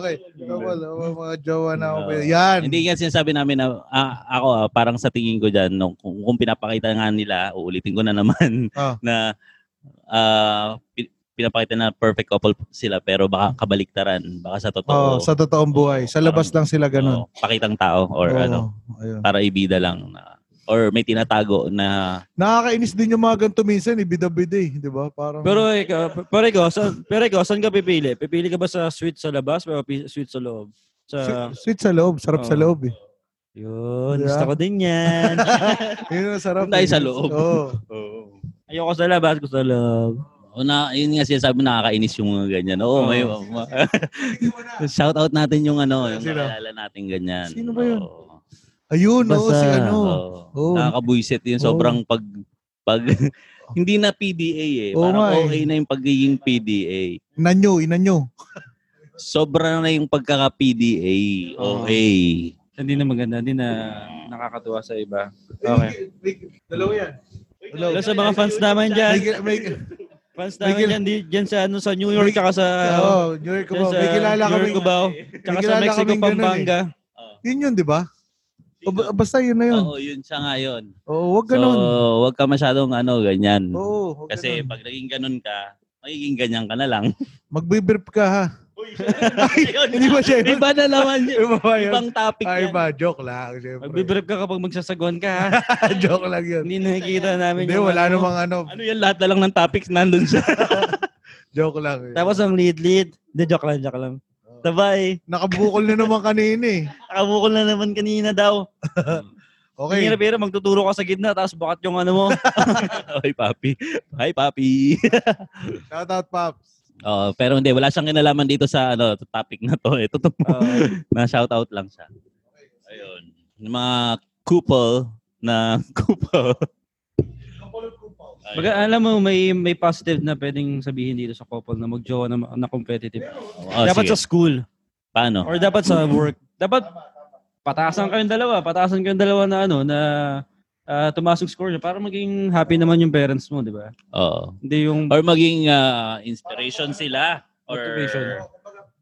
Speaker 1: Okay. Tawal, mga jowa na ako. Yan.
Speaker 2: Ah. Hindi nga sinasabi namin na ah, ako ah, parang sa tingin ko diyan no, kung, kung pinapakita nga nila, uulitin ko na
Speaker 1: <laughs>
Speaker 2: naman
Speaker 1: Ah.
Speaker 2: na ah, pi- pinapakita na perfect couple sila pero baka kabaliktaran, baka sa
Speaker 1: Oh,
Speaker 2: totoo.
Speaker 1: sa totoong buhay. Sa labas lang sila ganun.
Speaker 2: oo, pakitang tao or
Speaker 1: Oo,
Speaker 2: ano,
Speaker 1: ayun.
Speaker 2: para ibida lang na or may tinatago na
Speaker 1: Nakakainis din yung mga ganito minsan, ibida-bida eh, di ba? Parang,
Speaker 3: Pero ikaw, pero ikaw, sa, pero ikaw, saan ka pipili? Pipili ka ba sa sweet sa labas o pi- sweet sa loob? Sa,
Speaker 2: ah,
Speaker 1: sweet, sweet sa loob, sarap sa
Speaker 2: oh.
Speaker 3: Oo.
Speaker 1: loob eh. Yeah.
Speaker 3: yun, gusto ko din
Speaker 1: <laughs>
Speaker 3: yan.
Speaker 1: Yun ang sarap.
Speaker 2: Doon tayo
Speaker 1: eh.
Speaker 2: sa loob.
Speaker 1: Oo.
Speaker 3: Ayoko sa labas, gusto sa loob.
Speaker 2: o na yun nga sinasabi nakakainis yung mga ganyan. Oo, may <laughs> shout out natin yung ano, yung
Speaker 1: Ah. Sino?
Speaker 2: nakilala natin ganyan.
Speaker 1: Sino ba yun?
Speaker 2: Oo.
Speaker 1: Ayun, oo, si
Speaker 5: Basta,
Speaker 1: ano.
Speaker 2: Oo.
Speaker 1: Oo.
Speaker 2: Nakakabuisit yun.
Speaker 1: Oo.
Speaker 2: Sobrang pag... pag <laughs> hindi na PDA eh.
Speaker 1: Oo nga
Speaker 2: Parang
Speaker 1: eh.
Speaker 2: okay na yung pagiging PDA.
Speaker 1: Nanyo, inanyo.
Speaker 2: Sobra na yung pagkaka-PDA.
Speaker 3: Oo.
Speaker 2: OA.
Speaker 3: Hindi na maganda, hindi na nakakatuwa sa iba.
Speaker 1: <laughs> Dalawa yan.
Speaker 3: Hello sa mga fans naman
Speaker 1: May,
Speaker 3: dyan.
Speaker 1: may,
Speaker 3: Fans
Speaker 1: May
Speaker 3: naman
Speaker 1: kil-
Speaker 3: dyan, di, dyan sa, ano, sa New York, tsaka sa,
Speaker 2: Ah,
Speaker 1: oh, New York
Speaker 3: dyan
Speaker 1: Cubao.
Speaker 3: sa
Speaker 1: May kilala
Speaker 3: New
Speaker 1: kami.
Speaker 3: York, Cubao, tsaka
Speaker 1: May
Speaker 3: sa
Speaker 1: kilala
Speaker 3: Mexico,
Speaker 1: kaming ganun eh.
Speaker 3: Pampanga.
Speaker 1: Yun yun, di ba? O, ba- basta yun na yun.
Speaker 2: Oo, yun siya nga yun.
Speaker 1: Oo, wag ganun.
Speaker 2: So, wag ka masyadong ano, ganyan.
Speaker 1: Oo, wag
Speaker 2: Kasi
Speaker 1: ganun.
Speaker 2: pag naging ganun ka, magiging ganyan ka na lang. <laughs>
Speaker 1: Magbe-burp ka ha. <laughs>
Speaker 2: Ayun.
Speaker 1: Hindi ba siya yun?
Speaker 2: Iba na naman yun.
Speaker 1: <laughs> Iba ba yun? Ah,
Speaker 2: Ibang topic
Speaker 1: Ay
Speaker 2: yan.
Speaker 1: ba, joke lang. Siyempre.
Speaker 3: Magbibrief ka kapag magsasagwan ka, ha?
Speaker 1: <laughs> joke lang yun.
Speaker 3: Hindi nakikita namin
Speaker 1: Hindi, wala
Speaker 3: ano.
Speaker 1: namang ano.
Speaker 2: Ano yan, lahat na lang ng topics nandun siya. <laughs>
Speaker 1: Joke lang. Tapos,
Speaker 3: Tapos ang lead-lead. Hindi, joke lang, joke lang.
Speaker 1: Oh.
Speaker 3: Tabay,
Speaker 1: Nakabukol na naman kanina eh.
Speaker 3: nakabukol na naman kanina daw.
Speaker 1: Okay.
Speaker 3: Ang hirap-hirap, magtuturo ka sa gitna, tapos bakat yung ano mo.
Speaker 1: <laughs>
Speaker 2: Hi, papi. Hi, papi. <laughs>
Speaker 1: Shout out, Pops.
Speaker 2: Oo, pero hindi, wala siyang kinalaman dito sa ano, topic na to. Ito to
Speaker 3: Oo.
Speaker 1: Oh,
Speaker 2: na shout out lang siya. Ayun. Yung mga couple na <laughs> couple.
Speaker 3: Baga, alam mo, may may positive na pwedeng sabihin dito sa couple na magjowa na, na competitive.
Speaker 1: Ah,
Speaker 3: dapat sa school
Speaker 2: Oh, paano?
Speaker 3: or dapat sa work. Dapat pataasan kayong dalawa, pataasan kayong dalawa na ano na ah, tumasok score niyo para maging happy naman yung parents mo, di ba?
Speaker 2: Oo.
Speaker 3: Hindi yung
Speaker 2: Oh. Or maging ah, inspiration sila or
Speaker 3: Motivation.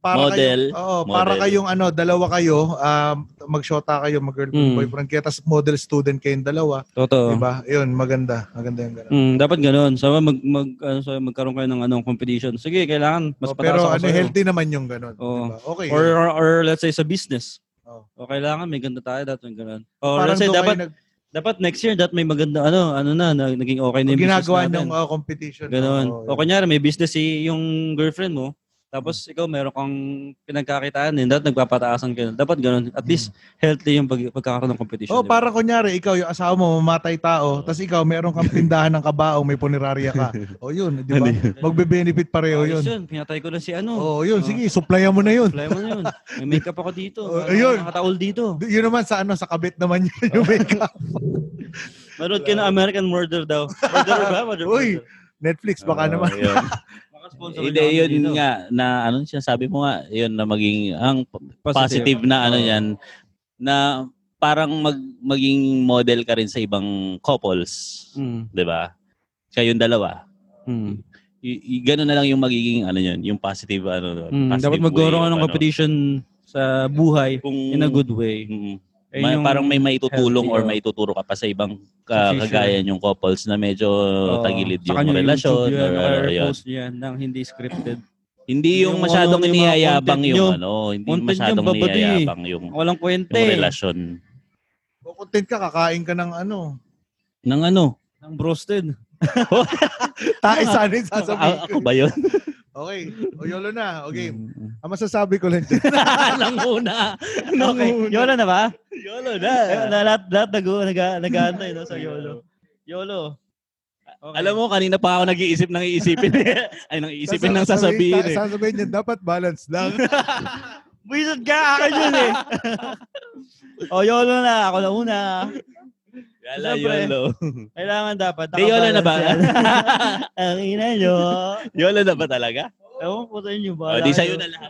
Speaker 2: Model.
Speaker 1: Kayo, oo, para
Speaker 2: Model.
Speaker 1: kayong ano, dalawa kayo, um, mag-shota kayo, mag-girlfriend,
Speaker 3: Mm.
Speaker 1: boyfriend kayo, tapos model student kayong dalawa.
Speaker 3: totoo.
Speaker 1: Diba? Yun, maganda. Maganda yung ganun.
Speaker 3: Mm, dapat ganoon. Sama mag, mag ano, so magkaroon kayo ng anong competition. Sige, kailangan mas
Speaker 1: Oh, pero
Speaker 3: pataas ako
Speaker 1: ano,
Speaker 3: sa'yo.
Speaker 1: healthy naman yung ganun.
Speaker 3: Oo.
Speaker 1: Diba? Okay.
Speaker 3: Or, or or let's say sa business.
Speaker 1: Oo.
Speaker 3: O kailangan may ganda tayo dapat may ganun. Or
Speaker 1: Oh. Parang
Speaker 3: let's say
Speaker 1: doon
Speaker 3: dapat
Speaker 1: kayo nag- oh,
Speaker 3: dapat next year dapat may maganda ano ano na na- naging okay na yung business
Speaker 1: ginagawa
Speaker 3: natin.
Speaker 1: niyong uh, competition.
Speaker 3: Ganon.
Speaker 1: Oo,
Speaker 3: o kunyari, may business si yung girlfriend mo,
Speaker 1: Hmm.
Speaker 3: Tapos ikaw meron kang pinagkakitaan din. Dapat nagpapataasan ka. Dapat ganun. At least healthy yung pag, pagkakaroon ng competition.
Speaker 1: Hmm. Oh,
Speaker 3: di ba?
Speaker 1: para kunyari ikaw yung asawa mo mamatay
Speaker 3: Oh.
Speaker 1: tao, tas ikaw meron kang tindahan ng kabaong, may punerarya ka.
Speaker 3: <laughs>
Speaker 1: Oh, yun, di ba? Magbe-benefit pareho
Speaker 3: Ano Ayos
Speaker 1: yun.
Speaker 3: yun. Pinatay ko lang si ano.
Speaker 1: Oh, yun, sige, supplyan mo na yun.
Speaker 3: Supply mo na yun. May makeup ako dito.
Speaker 1: Oh,
Speaker 3: Meron
Speaker 1: ayun.
Speaker 3: akong Nakataol dito.
Speaker 1: D- Yun naman sa ano, sa kabit naman yun yung
Speaker 2: <laughs>
Speaker 1: makeup.
Speaker 3: Manood ka ng American Murder daw. Murder
Speaker 1: <laughs>
Speaker 3: ba? Murder,
Speaker 1: Uy,
Speaker 3: Murder.
Speaker 1: Netflix baka
Speaker 3: Ano
Speaker 1: naman.
Speaker 2: yun.
Speaker 3: Baka sponsor
Speaker 2: Hindi,
Speaker 3: niyo ako
Speaker 2: yun
Speaker 3: dito.
Speaker 2: nga, na ano siya, sabi mo nga, yun na maging, ang positive, na ano
Speaker 3: Oo.
Speaker 2: yan, na parang mag, maging model ka rin sa ibang couples,
Speaker 3: Mm,
Speaker 2: 'di ba? Kayong dalawa.
Speaker 3: mm,
Speaker 2: Y- y- ganun na lang yung magiging ano yun, yung positive ano.
Speaker 3: mm.
Speaker 2: positive
Speaker 3: Dapat
Speaker 2: way
Speaker 3: magkaroon ka
Speaker 2: of
Speaker 3: ng
Speaker 2: ano.
Speaker 3: competition sa buhay
Speaker 2: Kung,
Speaker 3: in a good way.
Speaker 2: Mm.
Speaker 3: Eh,
Speaker 2: May-
Speaker 3: yung-
Speaker 2: parang may maitutulong
Speaker 3: healthy,
Speaker 2: or
Speaker 3: oh.
Speaker 2: may tuturo ka pa sa ibang ka-
Speaker 3: Position.
Speaker 2: kagaya yung couples na medyo
Speaker 3: Oo.
Speaker 2: tagilid
Speaker 3: Saka
Speaker 2: yung
Speaker 3: nyo
Speaker 2: relasyon. or,
Speaker 3: YouTube yan,
Speaker 2: ano,
Speaker 3: or
Speaker 2: yun.
Speaker 3: post yan ng hindi scripted.
Speaker 2: Hindi yung
Speaker 3: Yung
Speaker 2: masyadong
Speaker 3: ano, yung mga
Speaker 2: iniyayabang
Speaker 3: content
Speaker 2: yung
Speaker 3: nyo.
Speaker 2: ano, hindi
Speaker 3: Content nyo,
Speaker 2: masyadong
Speaker 3: babadi.
Speaker 2: iniyayabang yung,
Speaker 3: Walang kwente.
Speaker 2: yung relasyon.
Speaker 1: O content ka, kakain ka ng ano.
Speaker 2: Nang ano?
Speaker 3: Ng broasted.
Speaker 2: Ah.
Speaker 1: Tayo sana yung sasabihin.
Speaker 2: A- ako ba yun? <laughs>
Speaker 1: Okay, o yolo na. Okay,
Speaker 2: Hmm.
Speaker 1: ang masasabi ko lang dyan.
Speaker 2: Nang una.
Speaker 3: Okay. Yolo na ba?
Speaker 2: Yolo
Speaker 3: Eh, na, <laughs> lahat, lahat nag- nag- nag-aantay no, sa YOLO. YOLO. Okay.
Speaker 2: Alam mo, kanina pa ako nag-iisip nang iisipin. eh. <laughs> Ay, nang iisipin nang sasabihin. eh.
Speaker 1: ta- Sasabihin niya, dapat balance
Speaker 2: <laughs>
Speaker 1: lang.
Speaker 3: Buisit ka, akin yun eh. o, oh, YOLO na. Ako na una.
Speaker 2: Yala,
Speaker 3: Siyempre.
Speaker 2: yolo.
Speaker 3: Kailangan dapat.
Speaker 2: Di, YOLO na ba?
Speaker 3: nakabalance yan. Ang ina nyo.
Speaker 2: <laughs> yolo na ba talaga?
Speaker 3: Ewan po sa inyo ba?
Speaker 2: O, di sa'yo na lahat.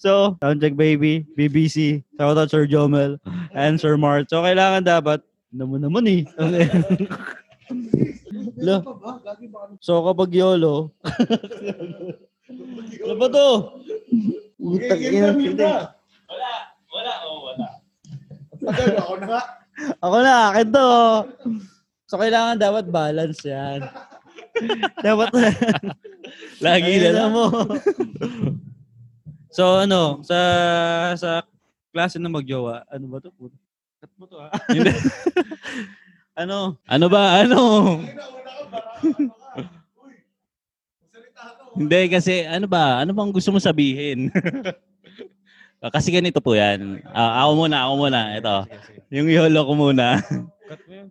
Speaker 3: So, Soundcheck Baby, BBC, shout out Sir Jomel, and Sir Mart. So, kailangan dapat, naman naman eh. Lo. so, kapag YOLO, ano ba to? Utang ina, hindi.
Speaker 2: Wala, oh, wala.
Speaker 1: Ako na nga.
Speaker 3: Ako na, akin to. So, kailangan dapat balance <laughs> yan. dapat
Speaker 2: Lagi na
Speaker 3: Ayun
Speaker 2: lang.
Speaker 3: mo. so ano, sa sa klase ng magjowa, ano ba to? Puta. Cut mo to ah. ano?
Speaker 2: Ano ba? Ano? Hindi kasi ano ba? Ano bang gusto mo sabihin? <laughs> Ah, kasi ganito po 'yan. Ah, ako muna, ako muna. Ito. Yung yolo ko muna.
Speaker 3: <laughs> Cut mo yun.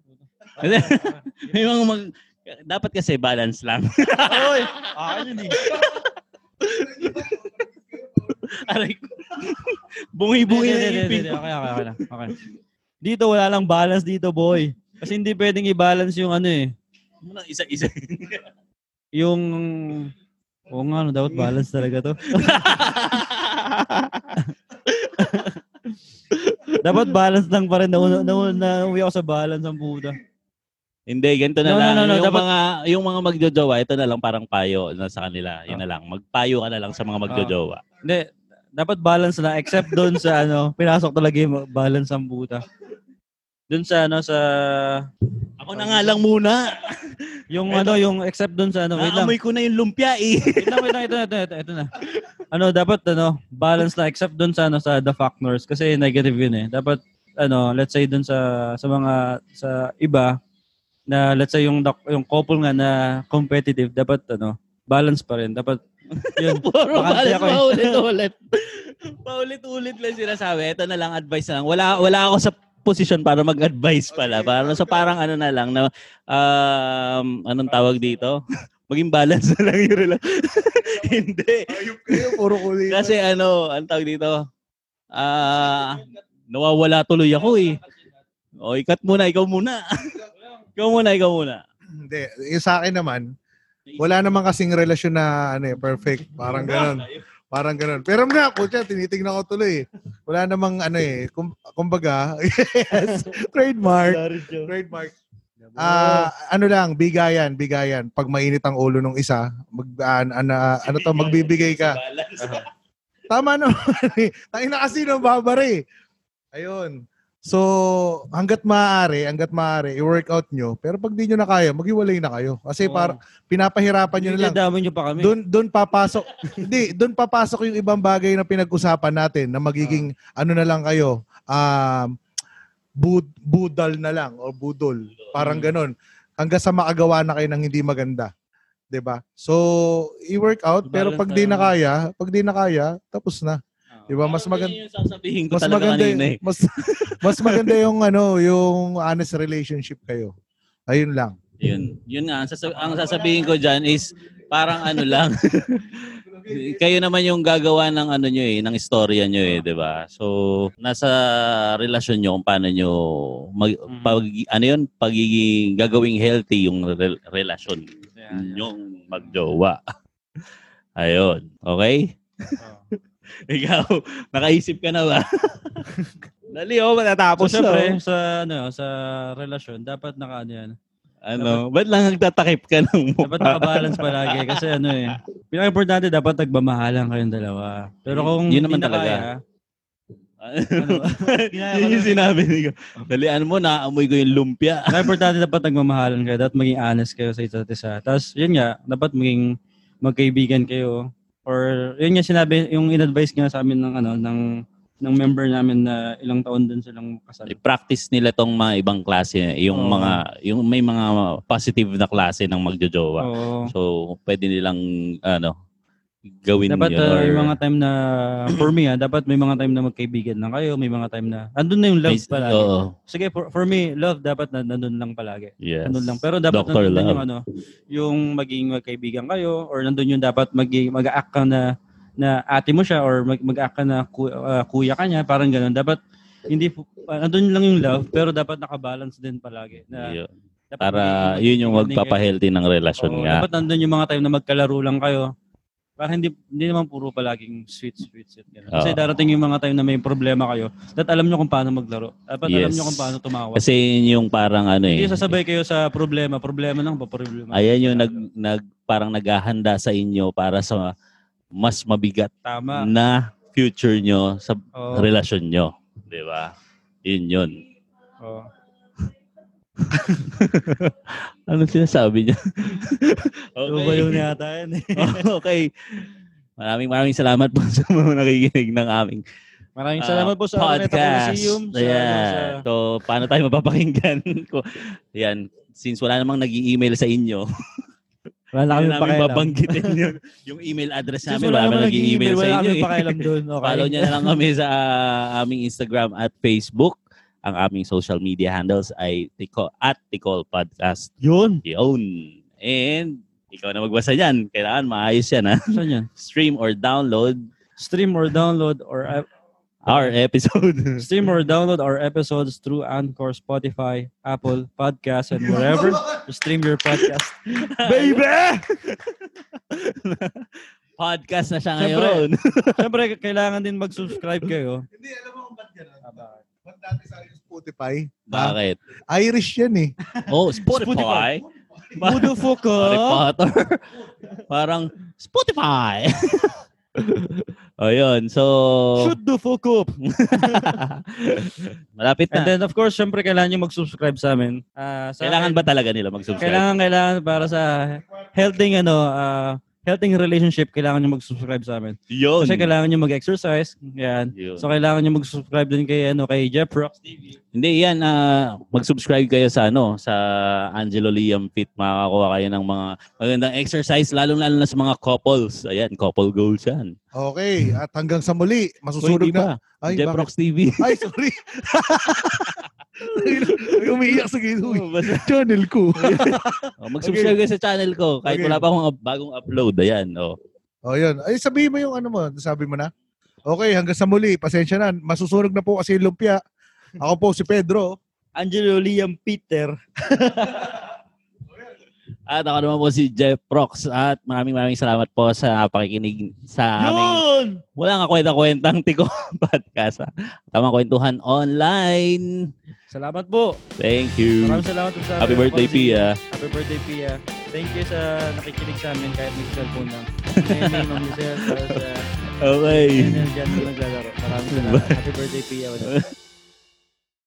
Speaker 2: Hindi. May mga mag- dapat kasi balance lang. <laughs>
Speaker 3: Oy! Ah, yun eh.
Speaker 2: Aray ko. Bungi-bungi
Speaker 3: Hindi,
Speaker 2: na
Speaker 3: hindi,
Speaker 2: ipin
Speaker 3: hindi,
Speaker 2: ko.
Speaker 3: Okay, okay, okay. lang, okay. <laughs> Dito wala lang balance dito, boy. Kasi hindi pwedeng i-balance yung ano eh.
Speaker 2: Muna, Isa-isa.
Speaker 3: Yung Oo nga, ano, dapat balance talaga to. <laughs> dapat balance lang pa rin. Nauna, nauna, nauwi ako sa balance ang puta.
Speaker 2: Hindi, ganito na
Speaker 3: No, no,
Speaker 2: lang.
Speaker 3: no, no,
Speaker 2: yung,
Speaker 3: dapat-
Speaker 2: mga, yung mga magjojowa, ito na lang parang payo na sa kanila. Yun
Speaker 3: Ah.
Speaker 2: na lang. Magpayo ka na lang sa mga magjojowa.
Speaker 3: Hindi, dapat balance lang except doon sa ano, pinasok talaga yung balance ang puta. Doon sa ano sa
Speaker 2: Ako na nga lang muna.
Speaker 3: yung ano, yung except doon sa ano, wait lang.
Speaker 2: Naamoy ko na yung lumpia eh. <laughs>
Speaker 3: Wait lang, wait lang, ito na, ito, na, ito, ito na. Ano, dapat ano, balance lang except doon sa ano sa the fuck nurse kasi negative yun eh. Dapat ano, let's say doon sa sa mga sa iba na let's say yung doc- yung couple nga na competitive, dapat ano, balance pa rin. Dapat yun.
Speaker 2: Puro balas
Speaker 3: Bakante ako eh.
Speaker 2: <laughs> paulit-ulit. paulit-ulit lang sinasabi. Ito na lang advice na lang. Wala, wala ako sa position para mag-advise pala. Para sa parang ano na lang na um, anong tawag dito? <laughs> Maging balance na lang yung rela- <laughs> Hindi.
Speaker 1: Ayup kayo, puro kulit.
Speaker 2: Kasi ano, anong tawag dito? Ah, nawawala tuloy ako eh. O, ikat muna, ikaw muna. <laughs> ikaw muna, ikaw muna.
Speaker 1: Hindi, yung sa akin naman, wala naman kasing relasyon na ano eh, perfect. Parang ganun. Parang ganun. Pero nga, kutya, tinitingnan ko tuloy eh. Wala namang ano eh, kum, kumbaga, <laughs> yes, trademark. Trademark. Ah, ano lang, bigayan, bigayan. Pag mainit ang ulo ng isa, mag an, ana- ano to, magbibigay ka. Tama naman. eh. Tangin na kasi ng babari. Ayun. So, hanggat maaari, hanggat maaari, i-workout nyo. Pero pag di nyo na kaya, maghiwalay na kayo. <laughs> Kasi
Speaker 3: Oo.
Speaker 1: para pinapahirapan nyo na lang.
Speaker 3: Dinadamay niyo pa kami.
Speaker 1: Doon doon papasok. hindi, doon papasok yung ibang bagay na pinag-usapan natin na magiging ano na lang kayo, um bud, budal na lang o budol. Parang ganun. Hanggang sa makagawa na kayo ng hindi maganda. 'di ba? So, i-work out pero
Speaker 3: Balance
Speaker 1: pag
Speaker 3: na
Speaker 1: di
Speaker 3: yun.
Speaker 1: na kaya, pag di na kaya, tapos na. 'Di ba? Mas maganda
Speaker 2: Yun yung sasabihin ko
Speaker 1: mas
Speaker 2: talaga
Speaker 1: maganda
Speaker 2: kanina eh.
Speaker 1: mas <laughs> mas maganda yung ano, yung honest relationship kayo. Ayun lang.
Speaker 2: Yun. Yun nga. Ang, sasa- ang sasabihin ko dyan is parang ano lang. <laughs> kayo naman yung gagawa ng ano nyo eh, ng istorya nyo eh, di ba? So, nasa relasyon nyo kung paano nyo mag,
Speaker 3: Mhm.
Speaker 2: pag, ano yun, pagiging gagawing healthy yung rel- relasyon yung magjowa. <laughs> Ayun. Okay? Ikaw, nakaisip ka na ba? Dali oh,
Speaker 3: Tapos
Speaker 2: matatapos na,
Speaker 3: syempre,
Speaker 2: oh.
Speaker 3: sa, ano, sa relasyon, dapat naka, ano yan,
Speaker 2: Ano, ba't lang nagtatakip ka ng
Speaker 3: dapat
Speaker 2: mukha?
Speaker 3: nakabalance palagi. Kasi ano eh, pinaka-importante, dapat nagmamahalan kayong dalawa. Pero kung
Speaker 2: Yun naman
Speaker 3: hindi na
Speaker 2: talaga.
Speaker 3: kaya,
Speaker 2: ano
Speaker 3: ba? Kinaya ko
Speaker 2: <laughs> Yun yung
Speaker 3: na-
Speaker 2: sinabi niyo. Dalian mo, naamoy ko yung lumpia.
Speaker 3: <laughs> Pinaka-importante dapat nagmamahalan kayo. Dapat maging honest kayo sa isa't isa. Tapos, yun nga, dapat maging magkaibigan kayo. Or, yun nga sinabi, yung in-advise nga sa amin ng, ano, ng, ng member namin na ilang taon din silang kasal.
Speaker 2: I-practice nila tong mga ibang klase, yung
Speaker 3: Oo.
Speaker 2: mga, yung may mga positive na klase ng magjojowa.
Speaker 3: Oo.
Speaker 2: So, pwede nilang, ano, gawin
Speaker 3: Dapat
Speaker 2: yun.
Speaker 3: uh,
Speaker 2: or-
Speaker 3: yung mga time na, <clears throat> for me ah, dapat may mga time na magkaibigan lang kayo, may mga time na, andun na yung love
Speaker 2: May-
Speaker 3: palagi.
Speaker 2: Oo.
Speaker 3: Sige, for, for me, love dapat na, nandun lang palagi.
Speaker 2: Yes.
Speaker 3: Nandun lang. Pero
Speaker 2: Dr.
Speaker 3: dapat nandun din yung
Speaker 2: Love.
Speaker 3: ano, yung maging magkaibigan kayo or nandun yung dapat maging mag-act ka na na ate mo siya or mag, mag-act ka na ku- ah, kuya ka niya, parang ganun. Dapat hindi po- ah, nandun lang yung love pero dapat nakabalance din palagi. Na,
Speaker 2: Yun.
Speaker 3: dapat
Speaker 2: Para
Speaker 3: maging
Speaker 2: yun yung
Speaker 3: magkaibigan din kayo.
Speaker 2: magpapahealthy ng relasyon
Speaker 3: Oo,
Speaker 2: nga.
Speaker 3: Dapat nandun yung mga time na magkalaro lang kayo. Para hindi hindi naman puro palaging sweet sweet sweet. ganun. Kasi
Speaker 2: Oo.
Speaker 3: darating yung mga time na may problema kayo. Dapat alam nyo kung paano maglaro. Dapat alam
Speaker 2: Yes.
Speaker 3: nyo kung paano tumawa.
Speaker 2: Kasi yun yung parang ano eh.
Speaker 3: Hindi sasabay kayo sa problema. Problema lang pa problema.
Speaker 2: Ayan yung nag, nag, parang naghahanda sa inyo para sa mas mabigat
Speaker 3: Tama. Oh,
Speaker 2: na future nyo sa
Speaker 3: Oo.
Speaker 2: relasyon nyo. Di ba? Yun yun.
Speaker 3: oo.
Speaker 2: Anong Ano sinasabi niya? okay.
Speaker 3: Tumayo na yata yan
Speaker 2: <laughs>
Speaker 3: eh.
Speaker 2: okay. Maraming maraming salamat po <laughs> sa mga nakikinig ng aming ah,
Speaker 3: Maraming salamat po sa Araneta
Speaker 2: podcast.
Speaker 3: Coliseum. Sa,
Speaker 2: Ayan.
Speaker 3: ano, sa,
Speaker 2: So, paano tayo mapapakinggan? <laughs> Ko- Ayan. Since wala namang nag-i-email sa inyo,
Speaker 3: wala
Speaker 2: hindi
Speaker 3: kami
Speaker 2: namin
Speaker 3: pakialam. <laughs>
Speaker 2: babanggitin yun. Yung email address
Speaker 3: Since
Speaker 2: namin,
Speaker 3: wala
Speaker 2: wala
Speaker 3: naman
Speaker 2: namang nag-i-email sa
Speaker 3: wala
Speaker 2: inyo.
Speaker 3: kami
Speaker 2: eh.
Speaker 3: pakialam doon. Okay.
Speaker 2: Follow nyo na lang kami sa ah, aming Instagram at Facebook. Ang aming social media handles ay tiko, at Tikol Podcast
Speaker 3: Yun.
Speaker 2: yun. And ikaw na magbasa niyan. Kailangan maayos yan ha. <laughs>
Speaker 3: Saan yan?
Speaker 2: Stream or download
Speaker 3: Stream or download or
Speaker 2: our episode. <laughs>
Speaker 3: stream or download our episodes through Anchor, Spotify, Apple Podcasts, and <laughs> wherever you stream your podcast.
Speaker 2: oh. <laughs> Baby! Podcast na siya
Speaker 3: Siyempre.
Speaker 2: ngayon.
Speaker 3: Siyempre, kailangan din mag-subscribe kayo.
Speaker 1: <laughs>
Speaker 3: <laughs>
Speaker 1: Hindi alam mo kung ba't ganun. Ba't dati sa akin Spotify?
Speaker 2: Bakit?
Speaker 1: Irish yan eh.
Speaker 2: Oh, Spotify.
Speaker 3: Budo
Speaker 2: Harry
Speaker 3: Fuko!
Speaker 2: Potter. <laughs> Parang Spotify. <laughs> Ayun. So,
Speaker 3: Shoot the Fuko!
Speaker 2: malapit na.
Speaker 3: And then, of course, siyempre, kailangan nyo mag-subscribe sa amin. Ah, sa
Speaker 2: Kailangan ba talaga nila mag-subscribe?
Speaker 3: Kailangan, kailangan para sa healthy, ano, ah, healthy relationship, kailangan nyo mag-subscribe sa amin.
Speaker 2: Yun.
Speaker 3: Kasi kailangan nyo mag-exercise. Yan.
Speaker 2: Yun.
Speaker 3: So, kailangan nyo mag-subscribe din kay, ano, kay Jeff Rocks TV.
Speaker 2: Hindi, yan. ah, mag-subscribe kayo sa, ano, sa Angelo Liam Fit. Makakakuha kayo ng mga magandang exercise, lalong-lalo na sa mga couples. Ayan, couple goals yan.
Speaker 1: Okay, at hanggang sa muli,
Speaker 2: So,
Speaker 1: masusunog
Speaker 2: hindi
Speaker 1: na.
Speaker 2: ba?
Speaker 1: Ay,
Speaker 2: Jeff
Speaker 1: bakit?
Speaker 2: Rocks
Speaker 1: <laughs>
Speaker 2: TV.
Speaker 1: Ay, sorry. Ay, umiiyak sa gilid.
Speaker 2: Oh, basta-
Speaker 1: Channel ko.
Speaker 2: oh, mag-subscribe kayo sa channel ko. Kahit
Speaker 1: Okay.
Speaker 2: wala pa akong up- bagong upload. Ayan, oh.
Speaker 1: O, yun. Ay, sabihin mo yung ano mo. Sabi mo na. Okay, hanggang sa muli. Pasensya na. Masusunog na po kasi yung lumpia. Ako po si Pedro.
Speaker 3: Angelo Liam Peter.
Speaker 2: At ako naman po si Jeff Rocks. At maraming maraming salamat po sa pakikinig sa aming
Speaker 3: Yun!
Speaker 2: wala nga kwenta-kwentang tiko <laughs> podcast. ah. Tamang kwentuhan online.
Speaker 3: Salamat po.
Speaker 2: Thank you.
Speaker 3: Maraming salamat po sa
Speaker 2: Happy birthday, Pia.
Speaker 3: Happy birthday, Pia. Thank you sa nakikinig sa amin kahit may cellphone
Speaker 2: <laughs>
Speaker 3: lang. Neneng, Ma'am Lizelle, para sa
Speaker 2: Okay.
Speaker 3: Nenel dyan na naglalaro. Maraming salamat. Happy birthday, Pia. ulit.